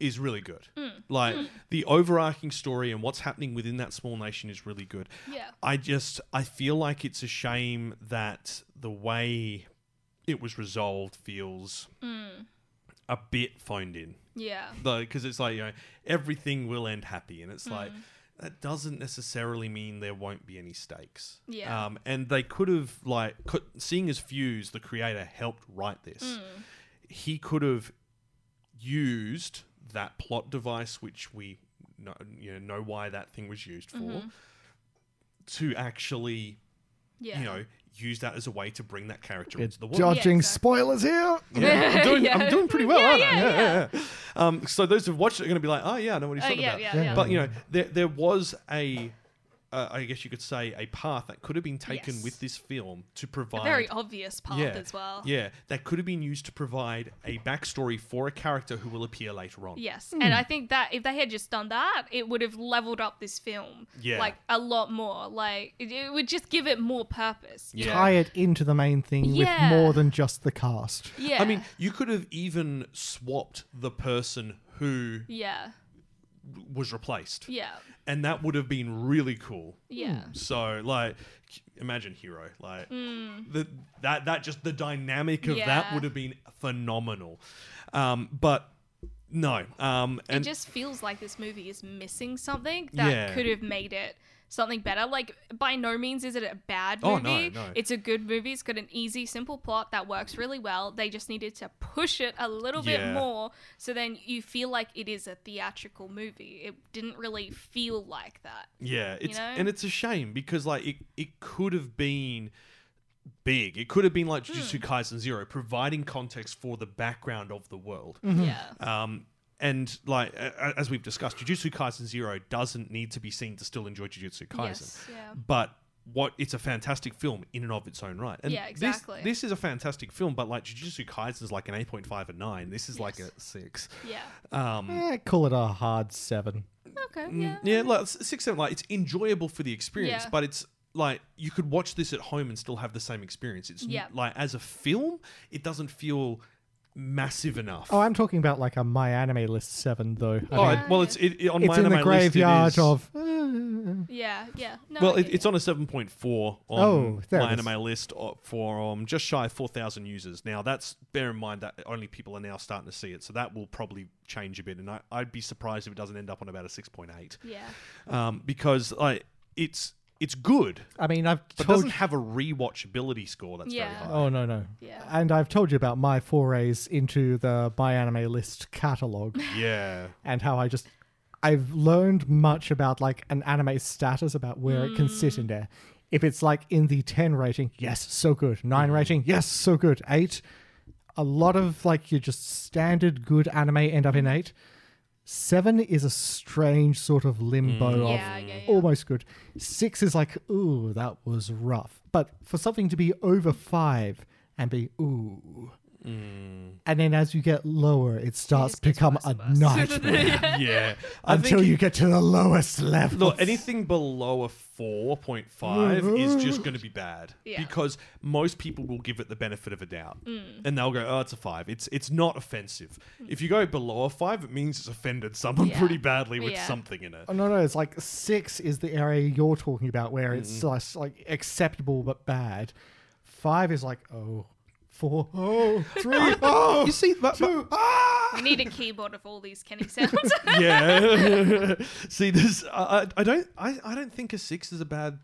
is really good. Like the overarching story and what's happening within that small nation is really good. Yeah. I just I feel like it's a shame that the way it was resolved feels a bit phoned in yeah, though because it's like you know everything will end happy and it's Mm. like that doesn't necessarily mean there won't be any stakes Yeah. um, and they could have like could, seeing as fuse the creator helped write this Mm. he could have used that plot device which we know, you know, know why that thing was used for Mm-hmm. to actually yeah. you know use that as a way to bring that character into the world Dodging exactly. spoilers here. yeah, *laughs* I'm doing, I'm doing pretty well, aren't I? yeah, Yeah, yeah, yeah. Um, so those who've watched it are going to be like, oh yeah, I know what he's Oh, talking yeah, about. yeah, yeah. But you know, there there was a, uh, I guess you could say, a path that could have been taken Yes. with this film to provide Very obvious path yeah, as well. Yeah, that could have been used to provide a backstory for a character who will appear later on. Yes, and I think that if they had just done that, it would have leveled up this film Yeah. like a lot more. Like it, it would just give it more purpose. Yeah. Tie it into the main thing Yeah. with more than just the cast. Yeah, I mean, you could have even swapped the person who yeah, was replaced, yeah, and that would have been really cool. yeah. So like imagine Hero. Like the that that just the dynamic of that Hmm. Yeah. would have been phenomenal. Um but no. Um and it just feels like this movie is missing something that Yeah. could have made it something better. Like, by no means is it a bad Oh, movie. no, no. It's a good movie. It's got an easy, simple plot that works really well. They just needed to push it a little Yeah. bit more so then you feel like it is a theatrical movie. It didn't really feel like that. yeah, it's know? and it's a shame because like it it could have been big. It could have been like Jujutsu Hmm. Kaisen 0 providing context for the background of the world. Yeah. Um and like a- a- as we've discussed, Jujutsu Kaisen Zero doesn't need to be seen to still enjoy Jujutsu Kaisen. Yes, yeah. But what it's a fantastic film in and of its own right. And Yeah, this- exactly. This, is a fantastic film, but like Jujutsu Kaisen's like an eight point five and nine. This is like a Yes. six. Yeah. Um, Eh, call it a hard seven. Okay. Yeah. mm, yeah, like s- six seven. Like it's enjoyable for the experience, Yeah. but it's like you could watch this at home and still have the same experience. It's n- Yeah. like as a film, it doesn't feel massive enough. Oh, I'm talking about like a My Anime List 7, though. I Oh, mean, it- well, it's it, it- on it's my in the anime list, it graveyard is- Eh, of. Yeah, yeah. No, well, I it, get it's on a 7.4 on Oh, there my it is. anime list uh, for um, just shy of 4,000 users. Now, that's bear in mind that only people are now starting to see it, so that will probably change a bit. And I, I'd be surprised if it doesn't end up on about a 6.8 Yeah. um, because like it's it's good, I mean, I've but told doesn't have a rewatchability score that's very Yeah. high. Oh no no. Yeah. And I've told you about my forays into the My Anime List catalog Yeah. and how I just I've learned much about like an anime status about where it can sit in there. If it's like in the 10 rating, yes, so good. 9 rating, yes, so good. 8 a lot of like your just standard good anime end Mm. up in 8. 7 is a strange sort of limbo Mm. of Yeah, yeah, yeah. almost good. Six is like, ooh, that was rough. But for something to be over five and be, ooh. Mm. And then as you get lower, it starts to become a *laughs* nightmare Yeah. *laughs* I until think- you get to the lowest level. Look, anything below a 4.5 is just going to be bad Yeah. because most people will give it the benefit of a doubt Mm. and they'll go, "Oh, it's a 5. It's it's not offensive." If you go below a 5, it means it's offended someone Yeah. pretty badly with Yeah. something in it. Oh, no, no, it's like six is the area you're talking about where it's just, like acceptable but bad. Five is like, oh, four, *laughs* oh, three, oh, You see, but, but- two, ah! I need a keyboard of all *laughs* these Kenny sounds. *laughs* yeah. *laughs* See, this I, I- I don't I, I don't think a 6 is a bad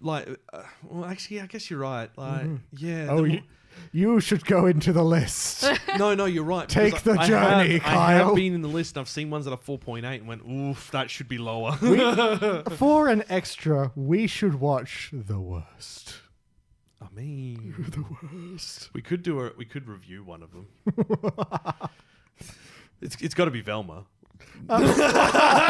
like uh, well actually I guess you're right. Like yeah. *laughs* Oh, the you, you should go into the *laughs* list. No, no, you're right. Take because the I journey, have, I have Kyle. been in the list and I've seen ones that are 4.8 and went, oof, that should be lower. *laughs* For an extra, we should watch the worst. I mean, the worst. We could do a, we could review one of them. *laughs* it's it's got to be Velma.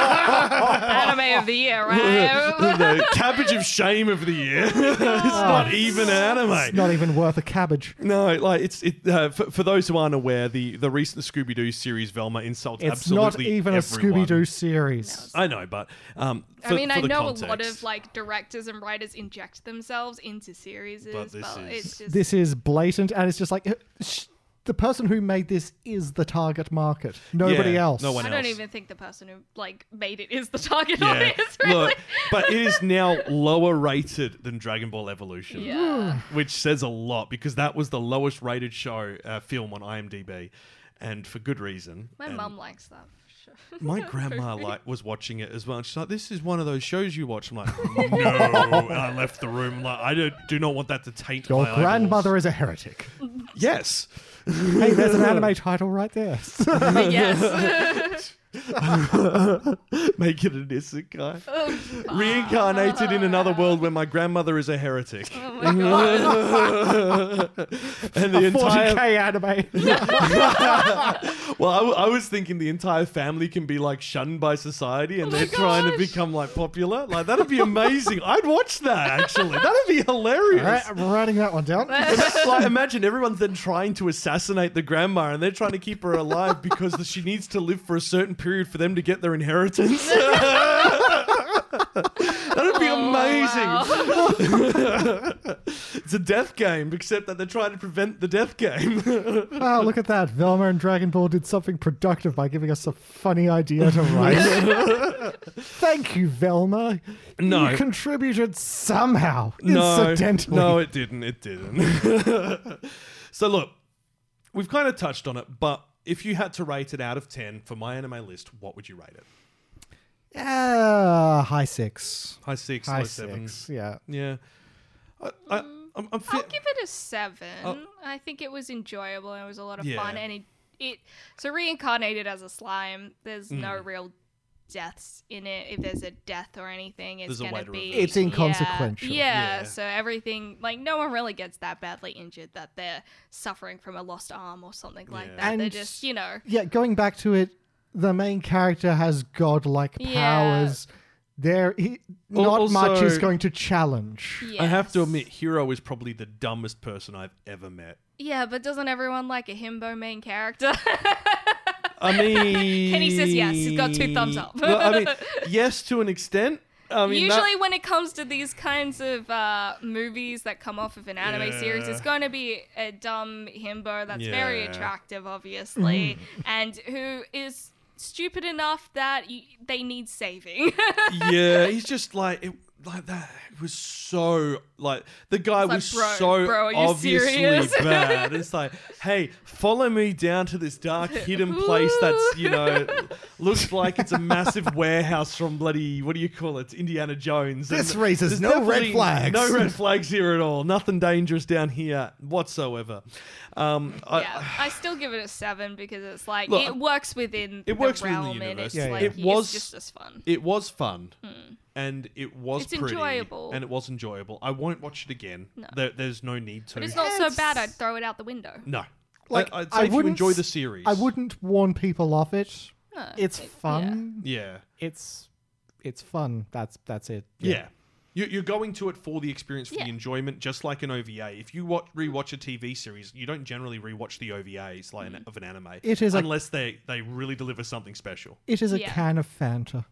Anime of the *laughs* year, right? the cabbage of shame of the *laughs* year. it's not Oh. even anime. It's not even worth a cabbage. No, like it's it. Uh, for, for those who aren't aware, the the recent Scooby Doo series Velma insults It's not absolutely even everyone. a Scooby Doo series. I know, but um, *laughs* I for- mean, for I the know a lot context- of like *laughs* directors and writers inject themselves into series, But but, this is- it's just This is blatant, and it's just like uh, sh- the person who made this is the target market. Nobody Yeah, else. no one I else. don't even think the person who like made it is the target Yeah. audience. Really. Look, but it is now lower rated than Dragon Ball Evolution, *sighs* yeah. which says a lot because that was the lowest rated show uh, film on IMDb, and for good reason. My And mum likes that. *laughs* for sure. my grandma like was watching it as well. And she's like, "This is one of those shows you watch." I'm *laughs* like, "No!" and I left the room. Like, I don't, do not want that to taint Your my eyeballs. grandmother is a heretic. Yes. *laughs* hey, there's an anime title right *laughs* there. *laughs* But yes. *laughs* Make it an isekai. Oh, Reincarnated in another world where my grandmother is a heretic. *laughs* Oh and the entire 40k *laughs* anime. Well, I, w- I was thinking the entire family can be like shunned by society, Oh and they're trying to become like popular. Like that'd be amazing. I'd watch that actually. That'd be hilarious. *laughs* All right, I'm writing that one down. It's like imagine everyone's then trying to assassinate the grandma, and they're trying to keep her alive because she needs to live for a certain period for them to get their inheritance. That'd be amazing. *laughs* it's a death game, except that they're trying to prevent the death game. *laughs* Wow, Oh, look at that. Velma and Dragon Ball did something productive by giving us a funny idea to write. Thank you, Velma. No. You contributed somehow, No, incidentally. No, it didn't. It didn't. *laughs* so look, we've kind of touched on it, but if you had to rate it out of ten for my anime list, what would you rate it? Ah, high six. High six, High low seven. six, yeah. Yeah. I, I, I'm, I'm I'll fit. give it a seven. I think it was enjoyable and it was a lot of Oh. Yeah. fun. And it, it so reincarnated as a slime. There's no Mm. real deaths in it. If there's a death or anything, it's There's a way gonna to be reverse It's yeah, inconsequential. Yeah, Yeah. So everything like no one really gets that badly injured that they're suffering from a lost arm or something like Yeah. that. they're And- just you know Yeah, going back to it, the main character has godlike Yeah. powers. There, he, Al- not much also- is going to challenge. yes. I have to admit, Hero is probably the dumbest person I've ever met. Yeah, but doesn't everyone like a himbo main character? *laughs* I mean, Kenny says yes. He's got two thumbs up. *laughs* Well, I mean, yes to an extent. I mean, that- Usually, when it comes to these kinds of uh, movies that come off of an anime Yeah. series, it's going to be a dumb himbo that's very Yeah. attractive, obviously, Mm-hmm. and who is stupid enough that y- they need saving. *laughs* yeah, he's just like it, like that. It was so like the guy like, was "Bro- so bro, are you obviously serious?" *laughs* bad. It's like, hey, follow me down to this dark hidden place that's you *laughs* know looks like it's a massive warehouse from bloody what do you call it? It's Indiana Jones. This And raises there's no red definitely flags. No red flags here at all. Nothing dangerous down here whatsoever. Um, I- yeah, I still give it a seven because it's like Look, it works within it works the within realm the and universe. it's Yeah, yeah. like It it's was- just as fun. It was fun. And it was Hmm. It's pretty, enjoyable. and it was enjoyable. I won't watch it again. No. There, there's no need to. But it's not so bad. I'd throw it out the window. No. Like, I, I'd I say if you wouldn't enjoy s- the series. I wouldn't warn people off it. No, it's it- fun. Yeah. It's it's fun. That's that's it. Yeah. You- You're going to it for the experience, for Yeah. the enjoyment, just like an OVA. If you watch, rewatch a TV series, you don't generally rewatch the OVAs like Mm-hmm. an, of an anime. It is a- unless they they really deliver something special. It is a Yeah. can of Fanta.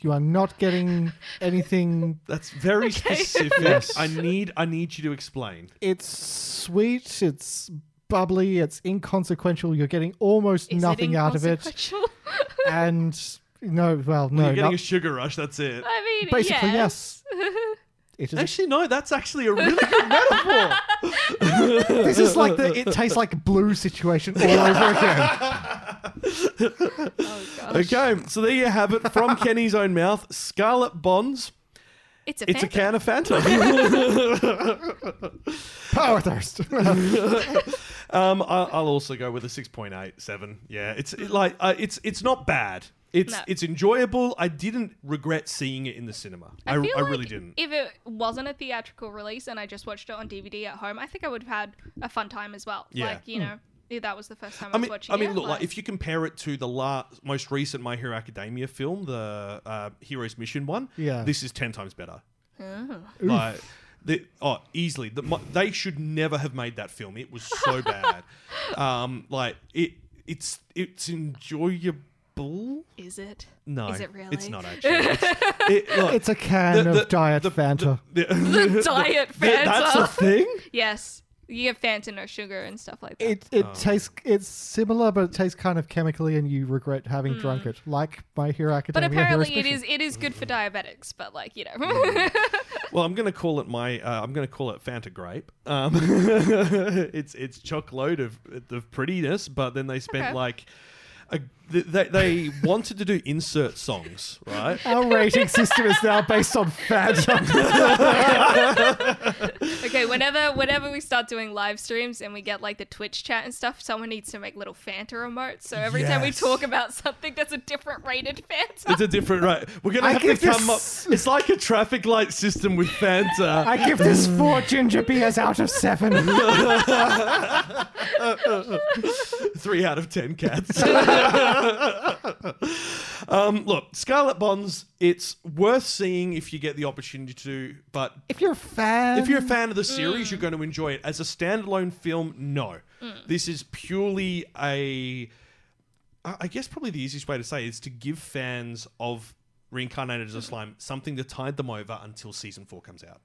You are not *laughs* getting anything. That's very *laughs* specific. Yes. I need I need you to explain. It's sweet. It's bubbly. It's inconsequential. You're getting almost Is it nothing out of it. inconsequential? *laughs* And no, well, no, You're getting not- a sugar rush. That's *laughs* it. I mean, basically yes. *laughs* It is. Actually, no. That's actually a really good metaphor. this is like the it tastes like blue situation all over again. *laughs* Oh, Okay, so there you have it from Kenny's own mouth. Scarlet Bonds. It's a It's a fan. can of *laughs* Fanta. Power thirst. um, I, I'll also go with a six point eight seven. Yeah, it's it, like uh, it's it's not bad. It's No. it's enjoyable. I didn't regret seeing it in the cinema. I, feel I like really didn't. If it wasn't a theatrical release and I just watched it on DVD at home, I think I would have had a fun time as well. Yeah. Like, you know, if that was the first time I, I was mean, watching I mean, it. look, like if you compare it to the last, most recent My Hero Academia film, the uh, Heroes Mission one, Yeah. this is ten times better. Oh. Like, the, oh, easily. The, mo- they should never have made that film. It was *laughs* so bad. Um, like it, it's it's enjoyable. Is it? No, Is it really? It's not actually. *laughs* It's, it, look, it's a can the- of diet the- Fanta. the- *laughs* The *laughs* diet Th- Fanta. That's a thing. yes. You get Fanta no sugar and stuff like that. it it Um, tastes it's similar, but it tastes kind of chemically, and you regret having drunk it, like My Hero Hmm. but Academia. Hero apparently it Special. is it is good for diabetics, but like, you know. Well, I'm gonna call it my. Uh, I'm gonna call it Fanta grape. Um, *laughs* it's it's chock load of of prettiness, but then they spent Okay. like. A, th- they, they wanted to do insert songs, right? Our rating system is now based on *laughs* Fanta. *laughs* okay, whenever whenever we start doing live streams and we get like the Twitch chat and stuff, someone needs to make little Fanta remotes. So every time we Yes. talk about something that's a different rated *laughs* Fanta. It's a different right. We're gonna I have to give come this- up. It's like a traffic light system with Fanta. *laughs* *laughs* I give this four ginger beers out *laughs* of seven. Three out of ten *laughs* cats. um, look, Scarlet Bonds. It's worth seeing if you get the opportunity to. But if you're a fan, if you're a Um, fan of the series, mm. you're going to enjoy it. As a standalone film, no. This is purely a. I I guess probably the easiest way to say it is to give fans of Reincarnated as Mm. a Slime something to tide them over until season four comes out.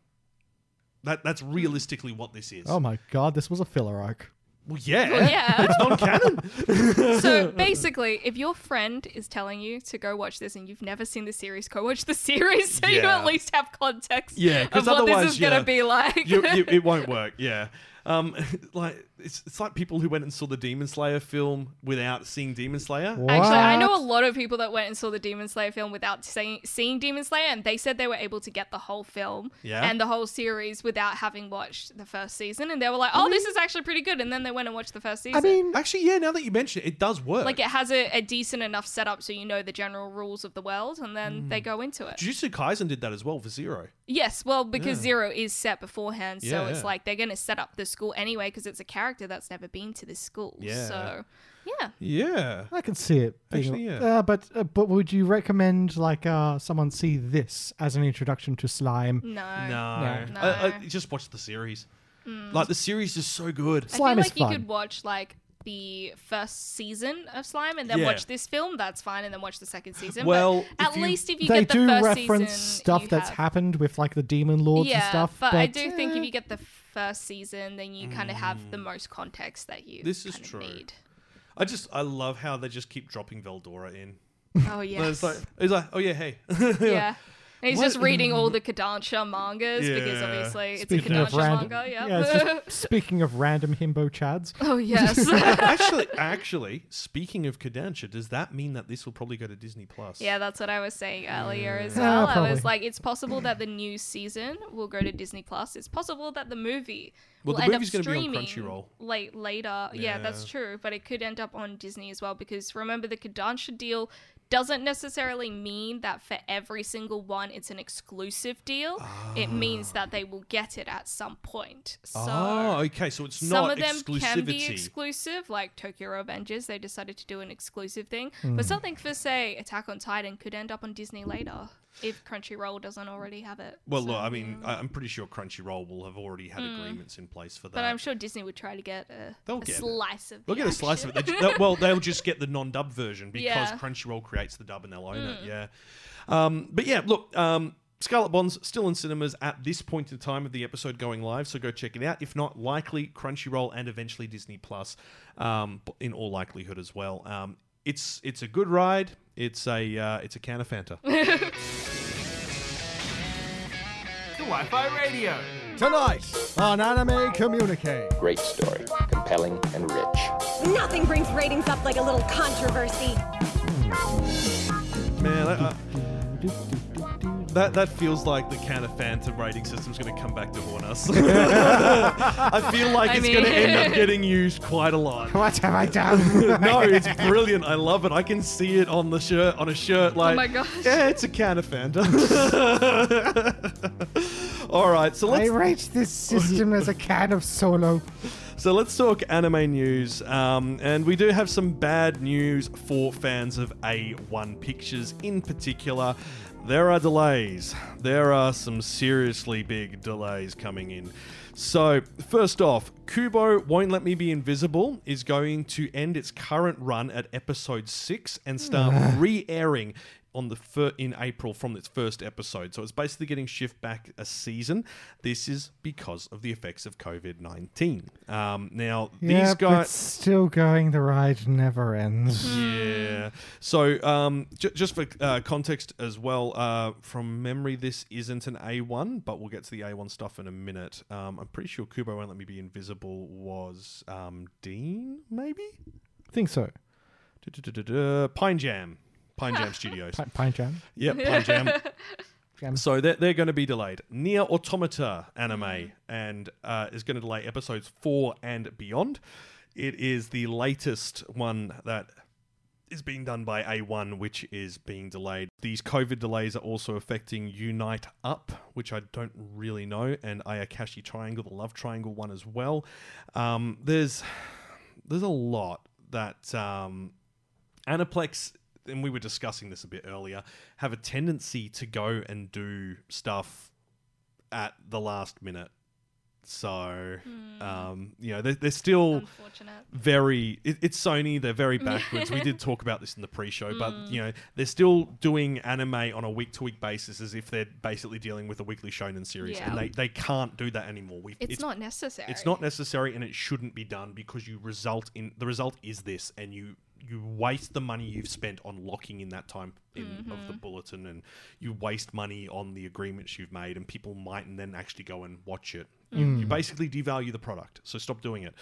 That that's realistically what this is. oh my god, this was a filler arc. well, yeah, Well, yeah. it's non canon. *laughs* *laughs* So basically, if your friend is telling you to go watch this and you've never seen the series, go watch the *laughs* series so you Yeah. at least have context Yeah, of 'cause what otherwise, this is yeah, gonna be like. you, *laughs* you, it won't work. Yeah. Um, *laughs* like it's, it's like people who went and saw the Demon Slayer film without seeing Demon Slayer. Actually, I know What? a lot of people that went and saw the Demon Slayer film without seeing, seeing Demon Slayer, and they said they were able to get the whole film Yeah. and the whole series without having watched the first season, and they were like, "Oh, Mm-hmm. this is actually pretty good," and then they went and watched the first season. I mean, Actually, yeah. Now that you mention it, it does work. like it has a, a decent enough setup so you know the general rules of the world, and then Mm. they go into it. Jujutsu Kaisen did that as well for Zero. Yes, well, because Zero is set beforehand, so Yeah, it's yeah. like they're going to set up the school anyway because it's a character that's never been to this school. Yeah. So, yeah. Yeah. I can see it. Being, Actually, yeah. Uh, but uh, but would you recommend like uh, someone see this as an introduction to slime? No. No. No. Mm. I, I just watch the series. Like the series is so good. I Slime feel is like fun. you could watch like the first season of Slime and then Yeah. watch this film, that's fine, and then watch the second season. Well, but at if you- least if you they get the do first reference season, stuff you that's have- happened with like the demon lords yeah, and stuff. eh. But, I do think if you get the first season, then you kind of have the most context that you Mm. This is kinda true. need. I just I love how they just keep dropping Veldora in. Oh Yeah. yes. It's like it's like oh yeah hey *laughs* yeah. And he's just What- reading all the Kodansha mangas because Yeah. obviously it's a speaking of Kodansha random, manga. Yeah. yeah, it's just speaking of random himbo chads. *laughs* oh yes. *laughs* actually actually speaking of Kodansha, does that mean that this will probably go to Disney Plus? yeah, that's what I was saying earlier as Yeah, well. I probably. was like, it's possible that the new season will go to Disney Plus. It's possible that the movie Well, will the end up movie's gonna be on streaming Crunchyroll. late later. Yeah. that's Yeah. true. But it could end up on Disney as well because remember the Kodansha deal doesn't necessarily mean that for every single one it's an exclusive deal. It means that they will get it at some point. So Ah. oh, okay. So it's some not of them exclusivity. can be exclusive, like Tokyo Avengers. They decided to do an exclusive thing, Hmm. but something for say Attack on Titan could end up on Disney later if Crunchyroll doesn't already have it. well, So, look, I mean, yeah. I I'm pretty sure Crunchyroll will have already had agreements in place for that. Mm. but I'm sure Disney would try to get a, uh, They'll a get it. slice of. They'll the get a slice of it. action. They ju- they'll- well, they'll just get the non-dub version because Yeah. Crunchyroll creates the dub and they'll own it. Yeah. Um, but yeah, look, um, Scarlet Bond's still in cinemas at this point in time of the episode going live, so go check it out. If not, likely Crunchyroll and eventually Disney Plus, um, b- in all likelihood as well. Um, it's it's a good ride. It's a uh, it's a can of Fanta. The Wi-Fi radio. Tonight on Anime Communique. Great story, compelling and rich. Nothing brings ratings up like a little controversy. Man, I, I, that that feels like the can of Fanta rating system's going to come back to haunt us. *laughs* I feel like I it's going to mean- end up getting used quite a lot. What have I *laughs* done? no, it's brilliant. I love it. I can see it on the shirt on a shirt. Like, Oh my gosh. yeah, it's a can of Fanta. *laughs* All right, so I let's rate this system as a can of solo. so let's talk anime news. Um, and we do have some bad news for fans of A1 Pictures in particular. There are delays. There are some seriously big delays coming in. So, first off, Kubo Won't Let Me Be Invisible is going to end its current run at episode 6 and start re airing on the fir- in April from its first episode. So it's basically getting shift back a season. This is because of the effects of COVID nineteen. Um, now these yeah, but guys. still going. The ride never ends. Yeah. So, um, j- just for uh, context as well, uh, from memory, this isn't an A1, but we'll get to the A1 stuff in a minute. Um, I'm pretty sure Kubo Won't Let Me Be Invisible was um, Dean, maybe? think so. Du-du-du-du-du. Pine Jam. Pine Jam Studios. Pi- Pine Jam. Yep, Pine Jam. Jam. So they're, they're going to be delayed. Near Automata anime and uh, is going to delay episodes four and beyond. It is the latest one that is being done by A1, which is being delayed. These COVID delays are also affecting Unite Up, which I don't really know, and Ayakashi Triangle, the Love Triangle one as well. Um, there's there's a lot that um, Aniplex, and we were discussing this a bit earlier, have a tendency to go and do stuff at the last minute. So, um, you know, they're, they're still Unfortunate. very it, it's sony they're very backwards we did talk about this in the pre-show but Mm. you know they're still doing anime on a week-to-week basis as if they're basically dealing with a weekly shonen series and Yeah. they, they can't do that anymore We've, It's, not necessary. it's not necessary and it shouldn't be done because you result in the result is this and you you waste the money you've spent on locking in that time in, of the bulletin and you waste money on the agreements you've made and people might and then actually go and watch it You- Mm. you basically devalue the product so stop doing it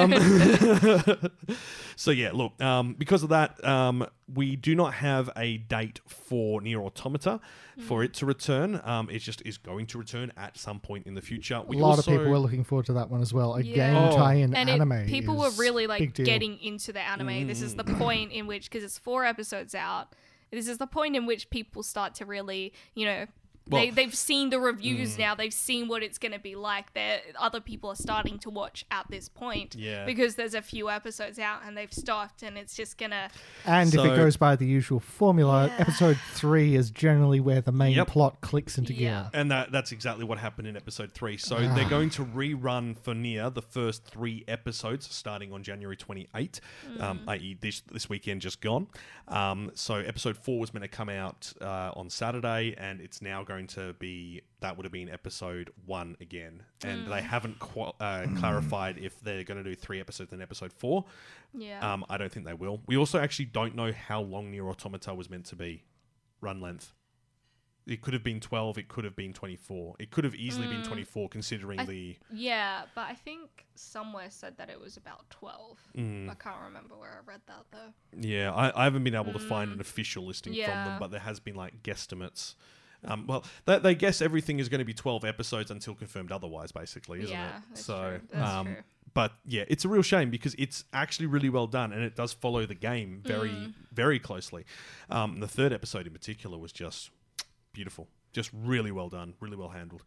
um, *laughs* so yeah, look, um, because of that, um, we do not have a date for Near Automata for it to return. Um, it just is going to return at some point in the future. A We lot also- of people were looking forward to that one as well. A Yeah. game Oh. tie-in and anime. It, people were is really big like deal. getting into the anime. This is the Mm. point in which because it's four episodes out. This is the point in which people start to really, you know, Well- they, they've seen the reviews Mm. now. They've seen what it's going to be like. There, other people are starting to watch at this point. Yeah. Because there's a few episodes out and they've stopped, and it's just gonna. And if So- it goes by the usual formula, episode three is generally where the main Yep. plot clicks into gear. And that, that's exactly what happened in episode three. So they're going to rerun for near the first three episodes starting on January 28, um, i.e., this, this weekend just gone. Um, so episode four was meant to come out uh, on Saturday, and it's now going to be that would have been episode one again. And they haven't qu- uh, clarified if they're going to do three episodes in episode four. Yeah. Um, I don't think they will. We also actually don't know how long Near Automata was meant to be, run length. It could have been 12, it could have been 24. It could have easily been Mm. 24 considering I- the. Yeah, but I think somewhere said that it was about twelve. Mm. I can't remember where I read that though. Yeah, I, I haven't been able to find an official listing from them, Mm. Yeah. but there has been like guesstimates. Um, well, they, they guess everything is going to be 12 episodes until confirmed otherwise, basically, isn't Yeah, it? that's so, true. That's um, true. but yeah, it's a real shame because it's actually really well done and it does follow the game very, Mm. very closely. Um, the third episode in particular was just beautiful, just really well done, really well handled.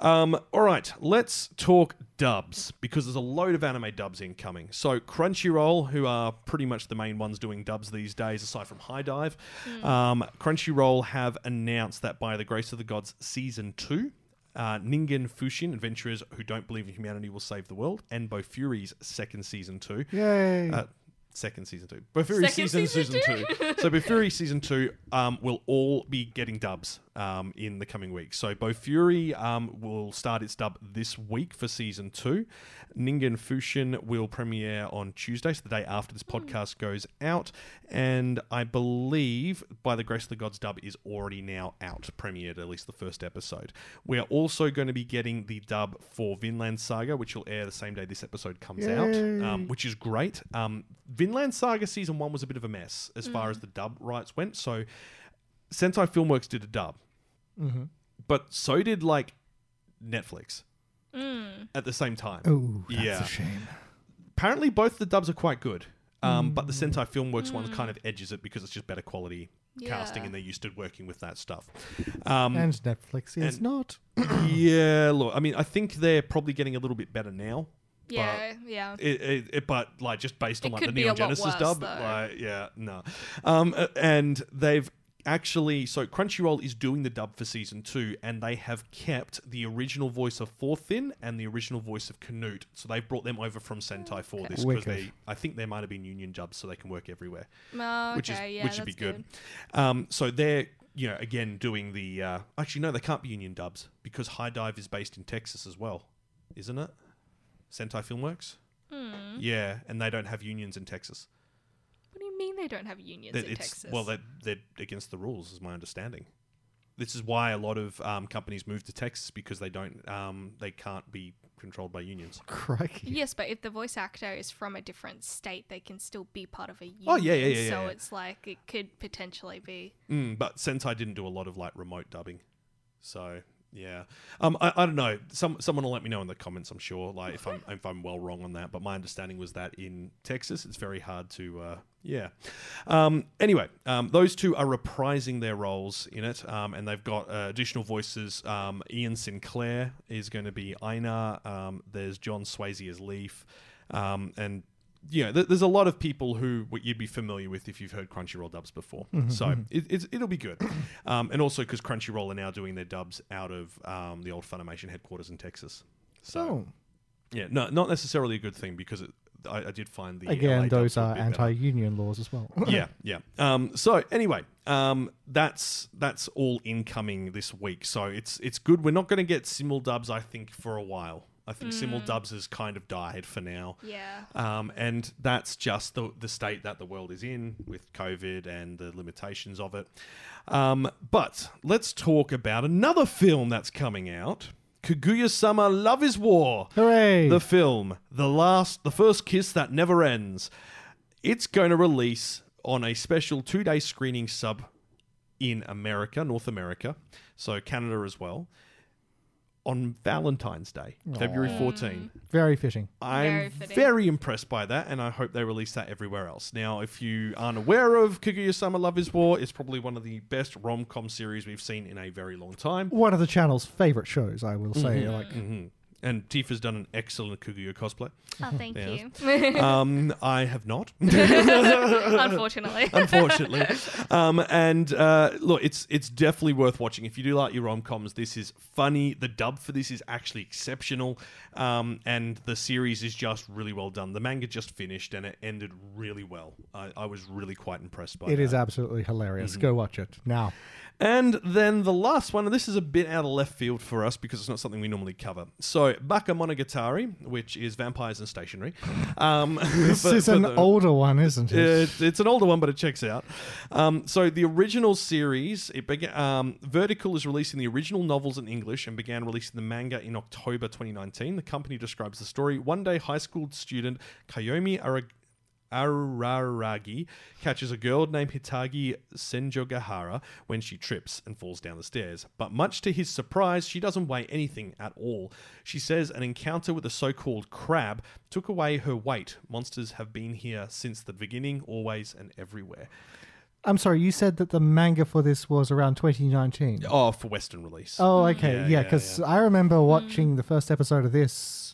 Um, all right, let's talk dubs because there's a load of anime dubs incoming. So Crunchyroll, who are pretty much the main ones doing dubs these days, aside from High Dive, um, Crunchyroll have announced that by the grace of the gods, season two. Uh, Ningen Fushin, Adventurers Who Don't Believe in Humanity Will Save the World, and Bofuri's second season two. Yay. Uh, second season two. Bofuri Second season, season season two. two. so Bofuri season two um, will all be getting dubs um, in the coming week. So Bofuri um, will start its dub this week for season two. Ningen Fushin will premiere on Tuesday, so the day after Hmm. this podcast goes out. And I believe by the grace of the gods, dub is already now out, premiered at least the first episode. We are also going to be getting the dub for Vinland Saga, which will air the same day this episode comes out. Yay. Um, which is great. Um, Vinland Saga season one was a bit of a mess as far as the dub rights went. So Sentai Filmworks did a dub, Mhm. but so did like Netflix Mm. at the same time. Oh, that's yeah. a shame. Apparently, both the dubs are quite good. Um, But the Sentai Filmworks one kind of edges it because it's just better quality casting Yeah. and they're used to working with that stuff. Um, and Netflix is and- not. yeah, look, I mean, I think they're probably getting a little bit better now. but- Yeah, yeah. it, it, it- but like just based on It like the could be Neon a lot Genesis worse, dub, though. like yeah, no. Um, uh, and they've actually so Crunchyroll is doing the dub for season two, and they have kept the original voice of Forthin and the original voice of Canute. So they've brought them over from Sentai for this because Wicked. they, I think there might have been union jobs, so they can work everywhere Oh, which is okay, yeah, which would be that's good. Um, so they're you know again doing the uh, actually no they can't be union dubs because High Dive is based in Texas as well, isn't it? Sentai Filmworks. Hmm. Yeah, and they don't have unions in Texas. What do you mean they don't have unions That in it's- Texas? Well, they're, they're against the rules, is my understanding. This is why a lot of um, companies move to Texas because they don't um, they can't be controlled by unions. Crikey. Yes, but if the voice actor is from a different state, they can still be part of a union. Oh, yeah, yeah, yeah, So yeah, yeah. it's like it could potentially be. Mm, but Sentai didn't do a lot of like remote dubbing, so yeah. Um, I, I don't know. Some someone will let me know in the comments. I'm sure. Like if I'm if I'm well wrong on that, but my understanding was that in Texas, it's very hard to. Uh, yeah. Um, anyway, um, those two are reprising their roles in it, um, and they've got uh, additional voices. Um, Ian Sinclair is going to be Einar. Um, there's John Swayze as Leaf, um, and you know, th- there's a lot of people who w- you'd be familiar with if you've heard Crunchyroll dubs before. Mm-hmm, So it, it's, it'll be good. *coughs* Um, and also because Crunchyroll are now doing their dubs out of um, the old Funimation headquarters in Texas. So, So yeah, no, not necessarily a good thing because it, I, I did find the. LA again, dubs those were a are bit better anti-union laws as well. yeah, yeah. Um, so anyway, um, that's that's all incoming this week. So it's it's good. We're not going to get simul dubs, I think, for a while. I think simul dubs has kind of died for now. Yeah. Um, and that's just the the state that the world is in with COVID and the limitations of it. Um, but let's talk about another film that's coming out. Kaguya Sama Love is War. *laughs* Hooray! The film, the last, the first kiss that never ends. It's going to release on a special two-day screening sub in America, North America, so Canada as well. on Valentine's Day, February 14. Very fitting. I'm Mm. Very very, fitting. impressed by that, and I hope they release that everywhere else. Now, if you aren't aware of Kaguya Sama Love is War, it's probably one of the best rom com series we've seen in a very long time. One of the channel's favorite shows, I will say. Mhm. Like, Mhm. And Tifa's done an excellent Kaguya cosplay. Oh, thank Yes. you. um, I have not. *laughs* *laughs* Unfortunately. Unfortunately. Um, and uh, look, it's it's definitely worth watching. If you do like your rom coms, this is funny. The dub for this is actually exceptional. Um, and the series is just really well done. The manga just finished and it ended really well. I, I was really quite impressed by it that. is absolutely Mm-hmm. hilarious. Go watch it now. And then the last one, and this is a bit out of left field for us because it's not something we normally cover. So, Bakemonogatari, which is vampires and stationery. Um, *laughs* This for- is for an the- older one, isn't it? It's, it's an older one, but it checks out. Um, so the original series, it began. Um, Vertical is releasing the original novels in English and began releasing the manga in October 2019. The company describes the story: one day, high school student Kayomi Ara- Araragi catches a girl named Hitagi Senjogahara when she trips and falls down the stairs. But much to his surprise, she doesn't weigh anything at all. She says an encounter with a so called crab took away her weight. Monsters have been here since the beginning, always and everywhere. I'm sorry, you said that the manga for this was around 2019. Oh, for Western release. Oh, okay. Yeah, because I remember watching the first episode of this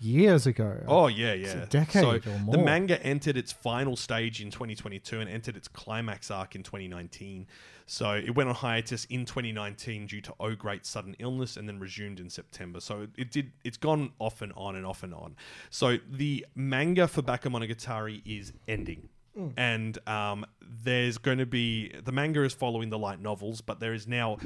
years ago. Oh yeah, yeah. It's a decade so or more. The manga entered its final stage in 2022 and entered its climax arc in 2019. So it went on hiatus in 2019 due to oh great sudden illness and then resumed in September. So it, it did. It's gone off and on and off and on. So the manga for Bakemonogatari is ending. Mm. And um, there's going to be the manga is following the light novels, but there is now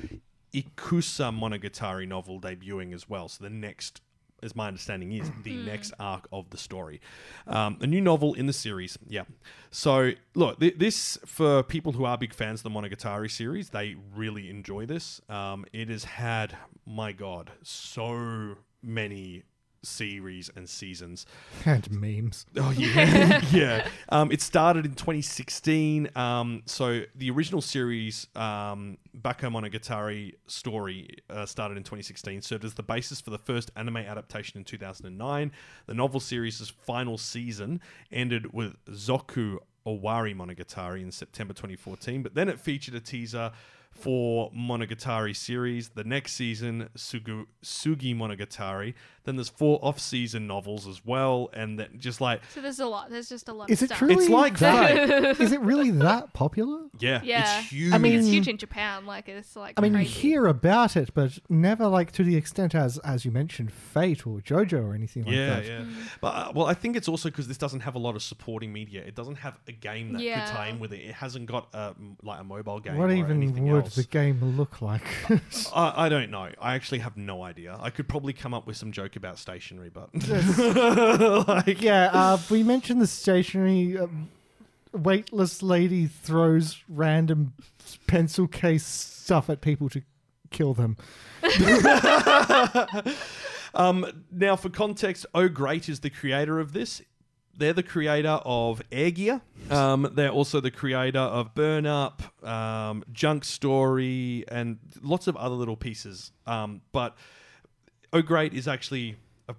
Ikusa Monogatari novel debuting as well. So the next, as my understanding is, the next arc of the story, um, a new novel in the series. Yeah. So look, th- this for people who are big fans of the Monogatari series, they really enjoy this. Um, it has had, my God, so many series and seasons. *laughs* And memes. Oh yeah, *laughs* yeah. Um, it started in 2016. Um, so the original series, um, Bako Monogatari story, uh, started in 2016. Served as the basis for the first anime adaptation in 2009. The novel series' final season ended with Zoku Owari Monogatari in September 2014. But then it featured a teaser for Monogatari series. The next season, Sugu, Sugi Monogatari. Then there's four off-season novels as well, and that just like *laughs* So there's a lot. There's just a lot. Is of it stuff. truly It's like that? that. *laughs* is it really that popular? yeah, Yeah. it's huge. I mean- it's huge in Japan. Like it's like I mean, crazy. you hear about it, but never like to the extent as as you mentioned, Fate or JoJo or anything like yeah, that. yeah. But uh, well, I think it's also because this doesn't have a lot of supporting media. It doesn't have a game that Yeah. could tie in with it. It hasn't got a, like a mobile game. What or even anything would else. the game *laughs* look like? I, I don't know. I actually have no idea. I could probably come up with some joke about stationery, *laughs* but like yeah, uh, we mentioned the stationary um, weightless lady throws random pencil case stuff at people to kill them. Um, now, for context, O Great is the creator of this. They're the creator of Air Gear. Um, they're also the creator of Burn Up, um, Junk Story, and lots of other little pieces. Um, but O Great is actually a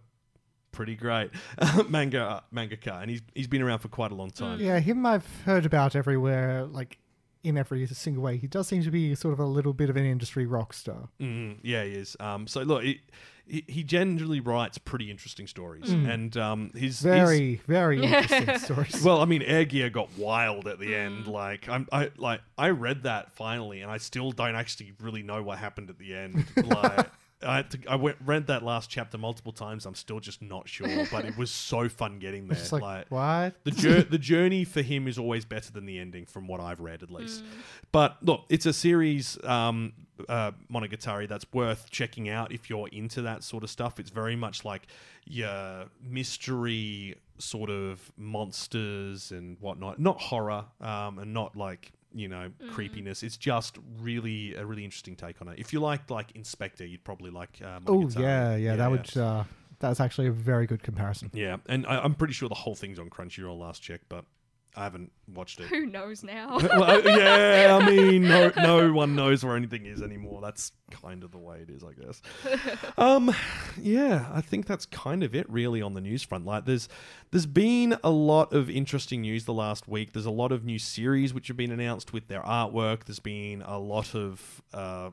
pretty great *laughs* manga mangaka, and he's he's been around for quite a long time. Yeah, him I've heard about everywhere, like in every single way. He does seem to be sort of a little bit of an industry rock star. Mm, yeah, he is. Um, so look, he, he he generally writes pretty interesting stories, Mm. and um, his Very, his- very interesting *laughs* stories. Well, I mean, Air Gear got wild at the Mm. end. Like, I'm, I like I read that finally, and I still don't actually really know what happened at the end. *laughs* Like. I, had to, I went read that last chapter multiple times. I'm still just not sure, but it was so fun getting there. It's just like, what? The, jour- *laughs* the journey for him is always better than the ending, from what I've read at least. But look, it's a series, um, uh, Monogatari, that's worth checking out if you're into that sort of stuff. It's very much like your mystery sort of monsters and whatnot, not horror um, and not like you know creepiness. It's just really a really interesting take on it. If you like like Inspector, you'd probably like uh, Oh Monogatari. yeah, yeah, that would uh, that's actually a very good comparison. Yeah, and I, I'm pretty sure the whole thing's on Crunchyroll last check, but I haven't watched it. *laughs* Who knows now? *laughs* Well, I- yeah, I mean, no, no one knows where anything is anymore. That's kind of the way it is, I guess. Um, yeah, I think that's kind of it, really, on the news front. Like, there's there's been a lot of interesting news the last week. There's a lot of new series which have been announced with their artwork. There's been a lot of uh,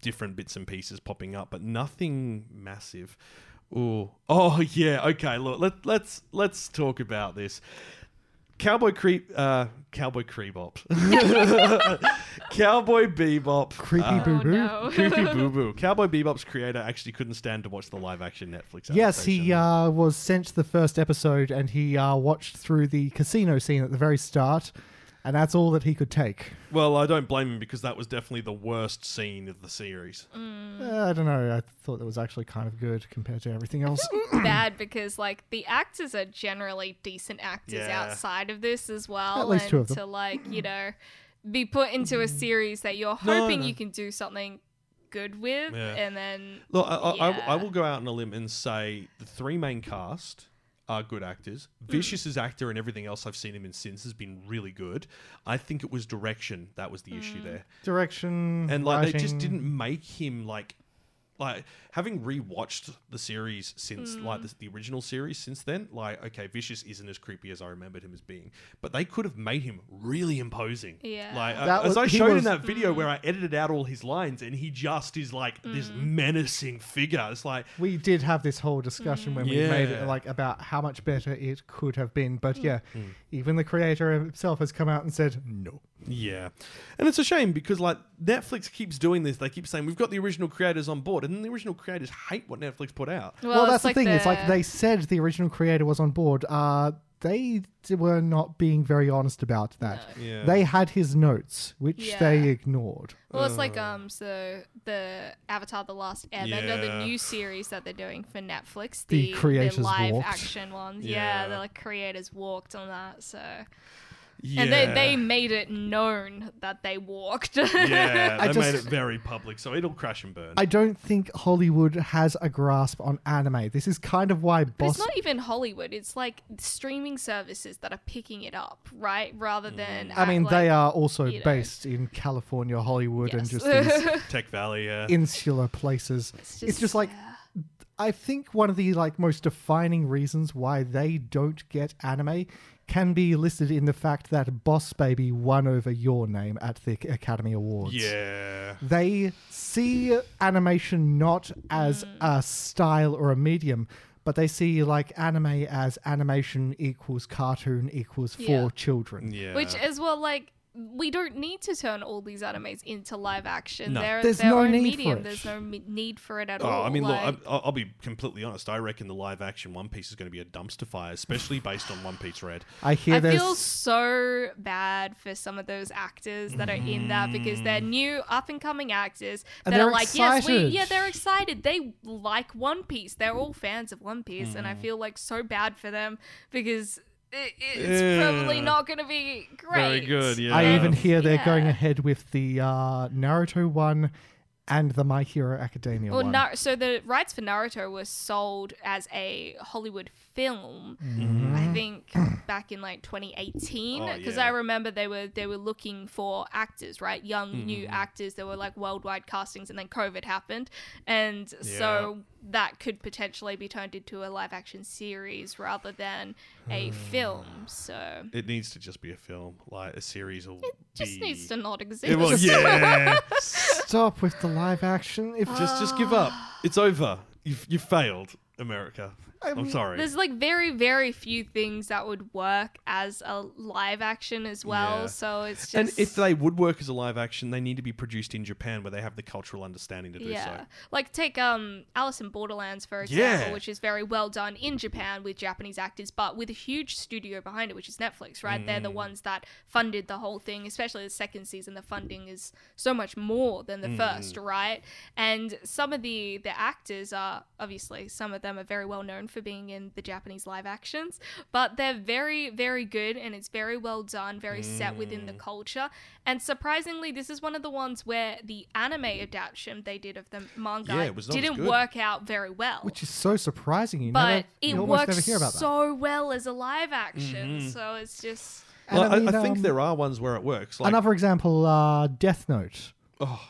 different bits and pieces popping up, but nothing massive. Ooh. Oh yeah, okay. Look, let, let's let's talk about this. Cowboy Creep, uh, Cowboy Creebop, *laughs* Cowboy Bebop, Creepy uh, Boo Boo. Oh, no. *laughs* Creepy Boo Boo. Cowboy Bebop's creator actually couldn't stand to watch the live action Netflix. Yes, he uh, was sent the first episode and he uh, watched through the casino scene at the very start, and that's all that he could take. Well, I don't blame him because that was definitely the worst scene of the series. Uh, I don't know. I thought that was actually kind of good compared to *laughs* everything else. *clears throat* Bad because like the actors are generally decent actors Yeah. outside of this as well. At least and two of them. to like, you know, be put into a series that you're Mm. No, hoping no. you can do something good with Yeah. and then Look, I, I, Yeah. I, I will go out on a limb and say the three main cast are good actors. Mm. Vicious as actor and everything else I've seen him in since has been really good. I think it was direction that was the Mm. issue there. Direction and like they just writing. didn't make him like like having rewatched the series since Mm. like the, the original series since then like okay vicious isn't as creepy as i remembered him as being but they could have made him really imposing Yeah. Mm. like uh, That as was- i he showed in was- that video where i edited out all his lines and he just is like this Mm. menacing figure it's like We did have this whole discussion when we made Yeah. it like about how much better it could have been, but yeah, Hmm. even the creator himself has come out and said no. Yeah. And it's a shame because like Netflix keeps doing this. They keep saying we've got the original creators on board, and then the original creators hate what Netflix put out. Well, that's the thing. It's like they said the original creator was on board. Uh, they d- were not being very honest about that. Yeah. They had his notes, which they Yeah. ignored. Well, it's Uh. like um, so the Avatar: The Last Airbender, Yeah. the new series that they're doing for Netflix, the, The creators live walked. action ones. Yeah. Yeah. the like creators walked on that. So, Yeah. and they they made it known that they walked. *laughs* yeah, I they made it just- very public, so it'll crash and burn. I don't think Hollywood has a grasp on anime. This is kind of why But it's Boss not even Hollywood. It's like streaming services that are picking it up, right? Rather than Mm. I at, mean, like, they are also you know. based in California, Hollywood, *laughs* and Yes. just these Tech Valley, yeah. insular places. It's just, just- like I think one of the like most defining reasons why they don't get anime can be listed in the fact that Boss Baby won over your name at the Academy Awards. yeah. They see animation not as Mm. a style or a medium, but they see like anime as animation equals cartoon equals for Yeah. children. Yeah. *laughs* which as well like. We don't need to turn all these animes into live action. No. They're There's their no own need for medium. it. There's no me- need for it at Oh, all. I mean, look, like- I'm- I'll, I'll be completely honest. I reckon the live action One Piece is going to be a dumpster fire, especially based on One Piece Red. I hear I there's feel so bad for some of those actors that are in that because they're new, up and coming actors And that they're are like, yes, we, excited. yeah, they're excited. They like One Piece. They're all fans of One Piece, and I feel like so bad for them because it, it's probably Yeah. not going to be great. Very good, yeah. I even hear they're Yeah. going ahead with the uh, Naruto one and the My Hero Academia Well, one. Nar- so the rights for Naruto was sold as a Hollywood film. I think back in like 2018, Oh, because yeah. I remember they were they were looking for actors, right? Young Mm-hmm. new actors. There were like worldwide castings, and then COVID happened, and so that could potentially be turned into a live action series rather than a Hmm. film. So It needs to just be a film, like a series. Will just be... needs to not exist. It will, *laughs* yeah. *laughs* Stop with the live action. If Uh, just, just give up. It's over. You've, you failed, America. I'm, sorry. There's like very, very few things that would work as a live action as well. Yeah. So it's just And if they would work as a live action, they need to be produced in Japan where they have the cultural understanding to do yeah, so. like take um Alice in Borderlands for example, Yeah. which is very well done in Japan with Japanese actors, but with a huge studio behind it, which is Netflix. Right, they're Mm. the ones that funded the whole thing, especially the second season. The funding is so much more than Mm. the first, right? And some of the the actors are obviously some of them are very well known for being in the Japanese live actions, but they're very very good and it's very well done, very set within Mm. the culture. And surprisingly, this is one of the ones where the anime adaptation they did of the manga Yeah, it was not as didn't good. work out very well. Which is so surprising. You but never, you it almost works never hear about that. so well as a live action, so it's just And Like, I, mean, I think um, there are ones where it works. Like, Another example, uh, Death Note.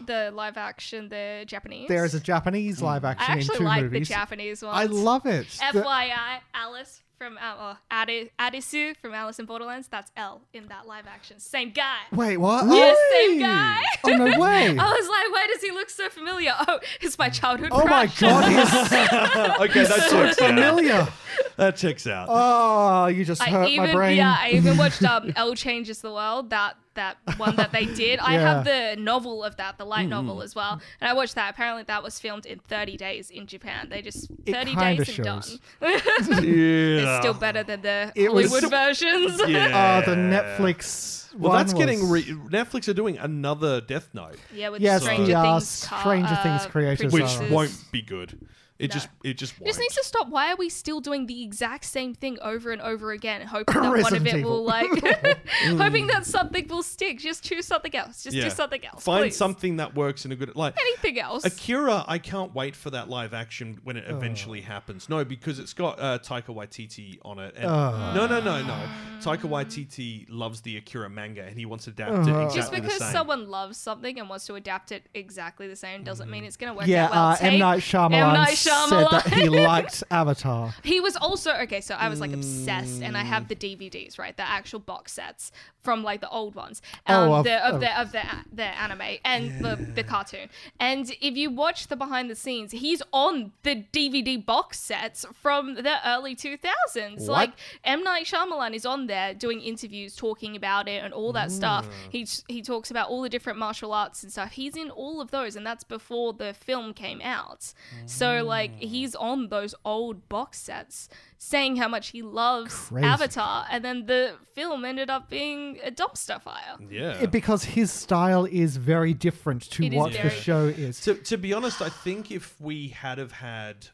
The live action, the Japanese. There is a Japanese live action Mm. I actually in two like movies. the Japanese ones. I love it. The- FYI, Alice from uh, well, Adi- Adisu from Alice in Borderlands. That's L in that live action. Same guy. Wait, what? Yeah, Oh. same guy. Oh, *laughs* no way. I was like, why does he look so familiar? Oh, it's my childhood. Oh my crush. god, *laughs* he's *laughs* okay, that so checks out. familiar. That checks out. Oh, you just I hurt even my brain. yeah, I even watched *laughs* um L Changes the World, that that one that they did. I have the novel of that, the light Mm-hmm. novel as well. And I watched that. Apparently that was filmed in 30 days in Japan. They just It 30 kinda days and shows. done. *laughs* Yeah. It's still better than the It was- Hollywood versions. *laughs* Yeah. Oh, the Netflix. Well, one that's getting was- re- Netflix are doing another Death Note, *laughs* yeah, with Yes, Stranger the, uh, Things ca- Stranger uh, Things creators which are- producers. won't be good. It No. just it just It won't. just needs to stop. Why are we still doing the exact same thing over and over again, hoping that one of Resident it Evil. will *laughs* like, *laughs* hoping that something will stick? Just choose something else. Just Yeah. do something else. Find please. something that works in a good like Anything else? Akira, I can't wait for that live action when it eventually Uh. happens. No, because it's got uh, Taika Waititi on it. And Oh. No, no, no, no. Taika Waititi loves the Akira manga and he wants to adapt it Oh. exactly just the because same. someone loves something and wants to adapt it exactly the same doesn't Mm. mean it's going to work yeah, out well. uh, M Take Night Shyamalan, M. Night said that *laughs* he Shyamalan. liked Avatar. He was also okay, so I was like obsessed, and I Mm. have the DVDs, right, the actual box sets from like the old ones, um, Oh, of- the, of, of- the of the the anime and the, the cartoon. And if you watch the behind the scenes, he's on the DVD box sets from the early two thousands. What? Like M Night Shyamalan is on there doing interviews, talking about it and all that stuff. Ah. He he talks about all the different martial arts and stuff. He's in all of those, and that's before the film came out. So Ah. like he's on those old box sets saying how much he loves Crazy. Avatar, and then the film ended up being a dumpster fire. yeah. It- because his style is very different to It is what the very show is. To, to be honest, I think if we had have had,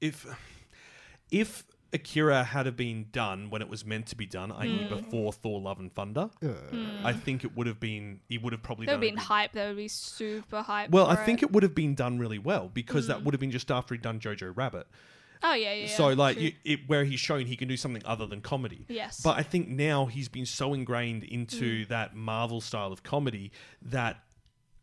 if if Akira had have been done when it was meant to be done, i.e., before Thor: Love and Thunder, I think it would have been. He would have probably That done would be a in good- hype. That would be super hype. Well, I for think it would have been done really well because that would have been just after he'd done Jojo Rabbit. Oh yeah, yeah. so yeah, like true. you, it, where he's shown he can do something other than comedy Yes. Mm. but i think now he's been so ingrained into that marvel style of comedy that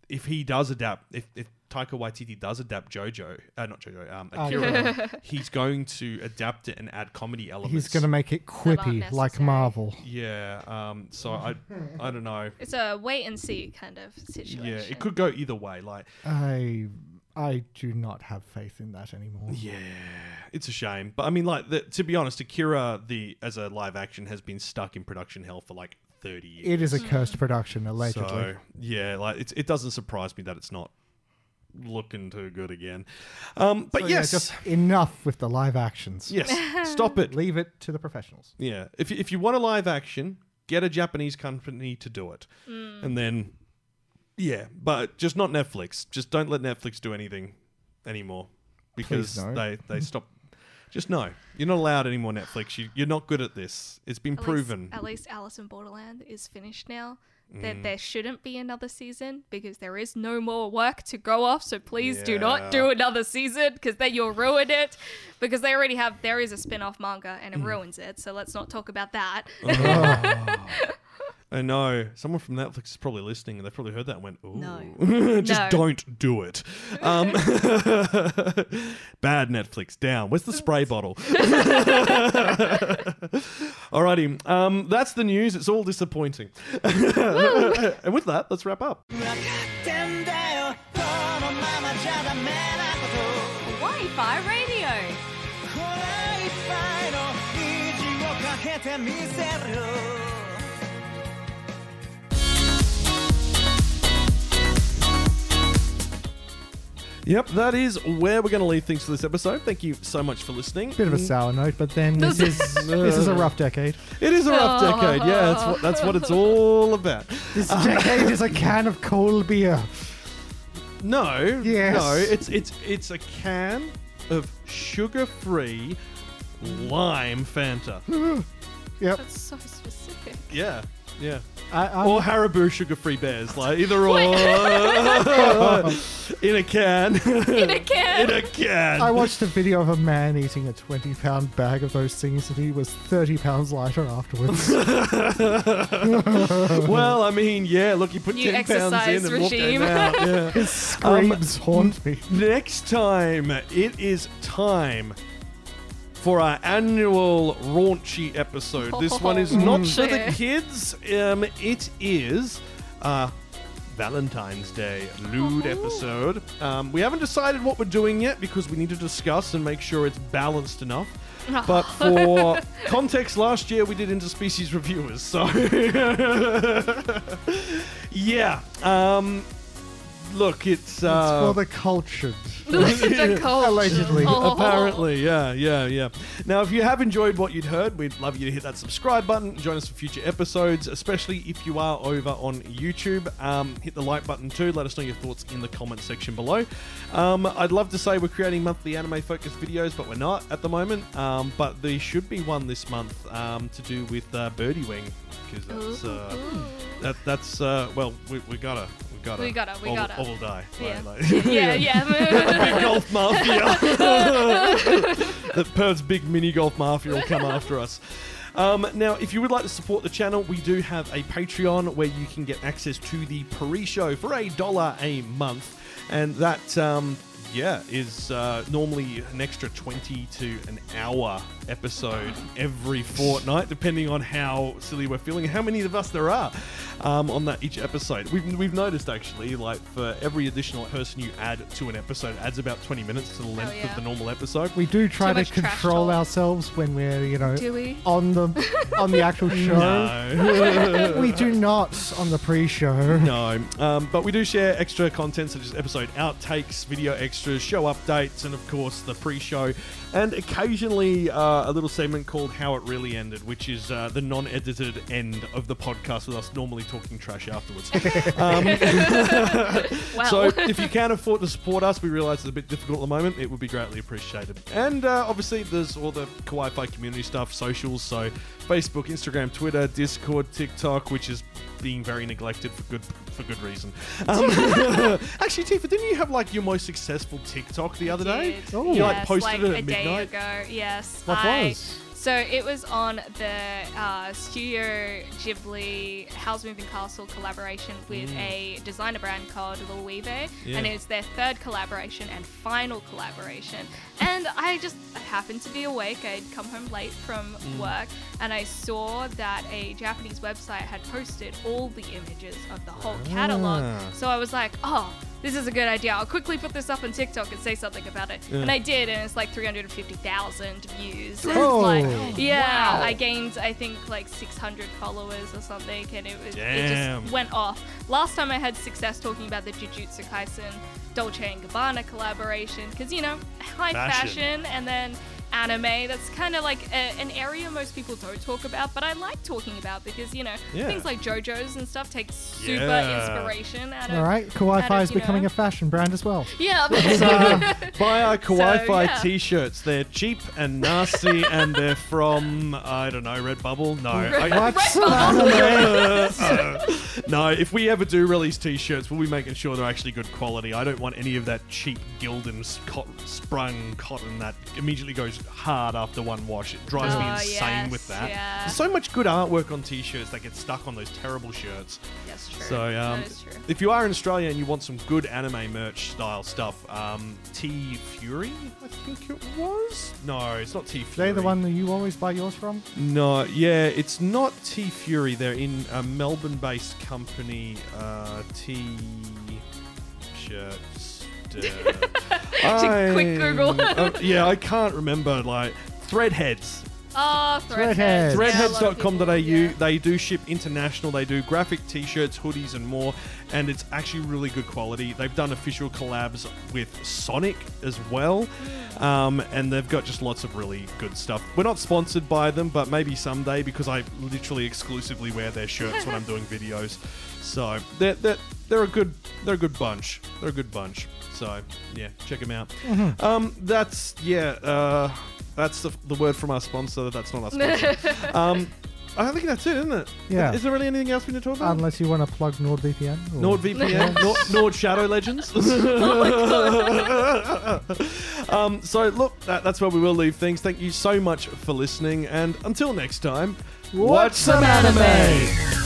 if he does adapt if, if taika waititi does adapt jojo uh, not jojo um, *laughs* akira he's going to adapt it and add comedy elements He's going to make it about quippy like necessary. Marvel. yeah um so i i don't *laughs* know it's a wait and see kind of situation. yeah it could go either way like I I do not have faith in that anymore. Yeah, it's a shame. But I mean, like, the, to be honest, Akira the as a live action has been stuck in production hell for like thirty years. It is Hmm. a cursed production, allegedly. so yeah, like it, it doesn't surprise me that it's not looking too good again. Um, but So, yeah, yes, just enough with the live actions. yes, stop *laughs* it. Leave it to the professionals. Yeah, if you- if you want a live action, get a Japanese company to do it, Mm. and then yeah, but just not Netflix. Just don't let Netflix do anything anymore because no. they they stop. Just no, you're not allowed anymore. Netflix, you, you're not good at this. It's been At least- proven. Mm. At least, Alice in Borderland is finished now. That there shouldn't be another season because there is no more work to go off. So please do Yeah. not do another season because then you'll ruin it. Because they already have there is a spin off Mm. manga and it ruins it. So let's not talk about that. Oh. I know someone from Netflix is probably listening, and they probably heard that and went, "Ooh, *laughs* *laughs* No. just No. don't do it." Um, *laughs* bad Netflix down. Where's the spray bottle? *laughs* Alrighty, um, that's the news. It's all disappointing. *laughs* and with that, let's wrap up. Wi-Fi radio. Yep, that is where we're going to leave things for this episode. Thank you so much for listening. Bit of a sour note, but *laughs* then this is this is a rough decade. It is a rough decade. Yeah, that's what, that's what it's all about. *laughs* This decade is a can of cold beer. No. Yes. No, it's it's it's a can of sugar-free lime Fanta. *laughs* Yep. *laughs* That's so specific. Yeah. Yeah. I- I'm- or Haribo sugar-free bears, like either or, *laughs* in a can, *laughs* in a can, in a can. I watched a video of a man eating a 20 pound bag of those things and he was 30 pounds lighter *laughs* afterwards. well, I mean, yeah. Look, you put New ten pounds in exercise and regime. walked out. Yeah. His screams haunt me. Next time, it is time for our annual raunchy episode. This one is not for the Raunchy. kids. Um, it is uh, Valentine's Day lewd episode. Um, we haven't decided what we're doing yet because we need to discuss and make sure it's balanced enough. But for context, last year we did interspecies reviewers, so *laughs* yeah. Um, look, it's uh, for the cultured. the culture. Allegedly. *laughs* Oh. Apparently, yeah, yeah, yeah. Now, if you have enjoyed what you'd heard, we'd love you to hit that subscribe button, join us for future episodes, especially if you are over on YouTube. Um, hit the like button too. Let us know your thoughts in the comment section below. Um, I'd love to say we're creating monthly anime focused videos, but we're not at the moment. Um, but there should be one this month um, to do with uh, Birdie Wing because that's uh, that, that's uh, well, we, we gotta. We gotta. We gotta, we or- gotta. Or we'll die. Yeah. Like- *laughs* like- *laughs* yeah, *laughs* yeah. big golf mafia. that Perth's big mini golf mafia will come after us. Um, now, if you would like to support the channel, we do have a Patreon where you can get access to the Paris show for a dollar a month, and that um, yeah is uh, normally an extra twenty to an hour episode every fortnight, depending on how silly we're feeling, how many of us there are um, on that each episode. We've, we've noticed actually, like for every additional person you add to an episode, it adds about twenty minutes to the length yeah. of the normal episode. We do try to much trash control talk. ourselves when we're, you know, Do we? on *laughs* the on the actual show. *laughs* *laughs* No. we do not on the pre-show. No, um, but we do share extra content such as episode outtakes, video extras, show updates, and of course the pre-show, and occasionally uh, a little segment called "How It Really Ended," which is uh, the non-edited end of the podcast with us normally talking trash afterwards. um, Wow. *laughs* So if you can afford to support us, we realise it's a bit difficult at the moment. It would be greatly appreciated. And uh, obviously, there's all the Kawaii Fi community stuff, socials, so Facebook, Instagram, Twitter, Discord, TikTok, which is being very neglected for good for good reason. Um, *laughs* actually, Tifa, didn't you have like your most successful TikTok the other day? did. You like Yes, posted like it a at day midnight. ago. Yes, What I. was? So it was on the uh, Studio Ghibli House Moving Castle collaboration with a designer brand called Luive, Mm. Yeah. and it's their third collaboration and final collaboration. And I just I happened to be awake. I'd come home late from Mm. work, and I saw that a Japanese website had posted all the images of the whole catalog. Ah. So I was like, oh, this is a good idea. I'll quickly put this up on TikTok and say something about it. Yeah. And I did, and it's like 350,000 views. And Oh. It's like, yeah, I gained, I think, like 600 followers or something, and it was it Damn. just went off. Last time I had success talking about the Jujutsu Kaisen Dolce and Gabbana collaboration, because, you know, high Fashion. fashion, and then anime that's kind of like a, an area most people don't talk about but i like talking about because you know Yeah. things like jojo's and stuff take super Yeah. inspiration out of All right, Kawaii out Fi of, is you know- becoming a fashion brand as well. *laughs* yeah *laughs* Buy our Kawaii So, Fi yeah. t-shirts. They're cheap and nasty, and they're from I don't know Redbubble. *laughs* No, I- *laughs* Uh, *laughs* no, if we ever do release t-shirts, we'll be making sure they're actually good quality. I don't want any of that cheap Gildan s- cot- sprung cotton that immediately goes hard after one wash. It drives me Oh, insane yes, with that. yeah. There's so much good artwork on t-shirts that gets stuck on those terrible shirts. that's true So, um, that is true if you are in Australia and you want some good anime merch style stuff, um, T Fury, I think it was. No, it's not T Are Fury. they the one that you always buy yours from? No, yeah, it's not T Fury. They're in a Melbourne-based company, uh, T *laughs* shirts. Uh, Oh, a quick *laughs* Google. yeah, I can't remember. Like Threadheads. oh Threadheads. threadheads Threadheads.com.au. Yeah. They do ship international. They do graphic T-shirts, hoodies, and more. And it's actually really good quality. They've done official collabs with Sonic as well. Um, and they've got just lots of really good stuff. We're not sponsored by them, but maybe someday because I literally exclusively wear their shirts when I'm doing videos. So they're, they're, they're a good they're a good bunch. They're a good bunch. So yeah, check them out. Um, that's yeah. Uh, that's the, the word from our sponsor. That's not our sponsor. um, I think that's it, isn't it? Yeah. Is there really anything else we need to Hmm. talk about? Unless you want to plug NordVPN. or- NordVPN, Nord, Nord Shadow Legends. *laughs* um, so, look, that, that's where we will leave things. Thank you so much for listening, and until next time, Watch some anime.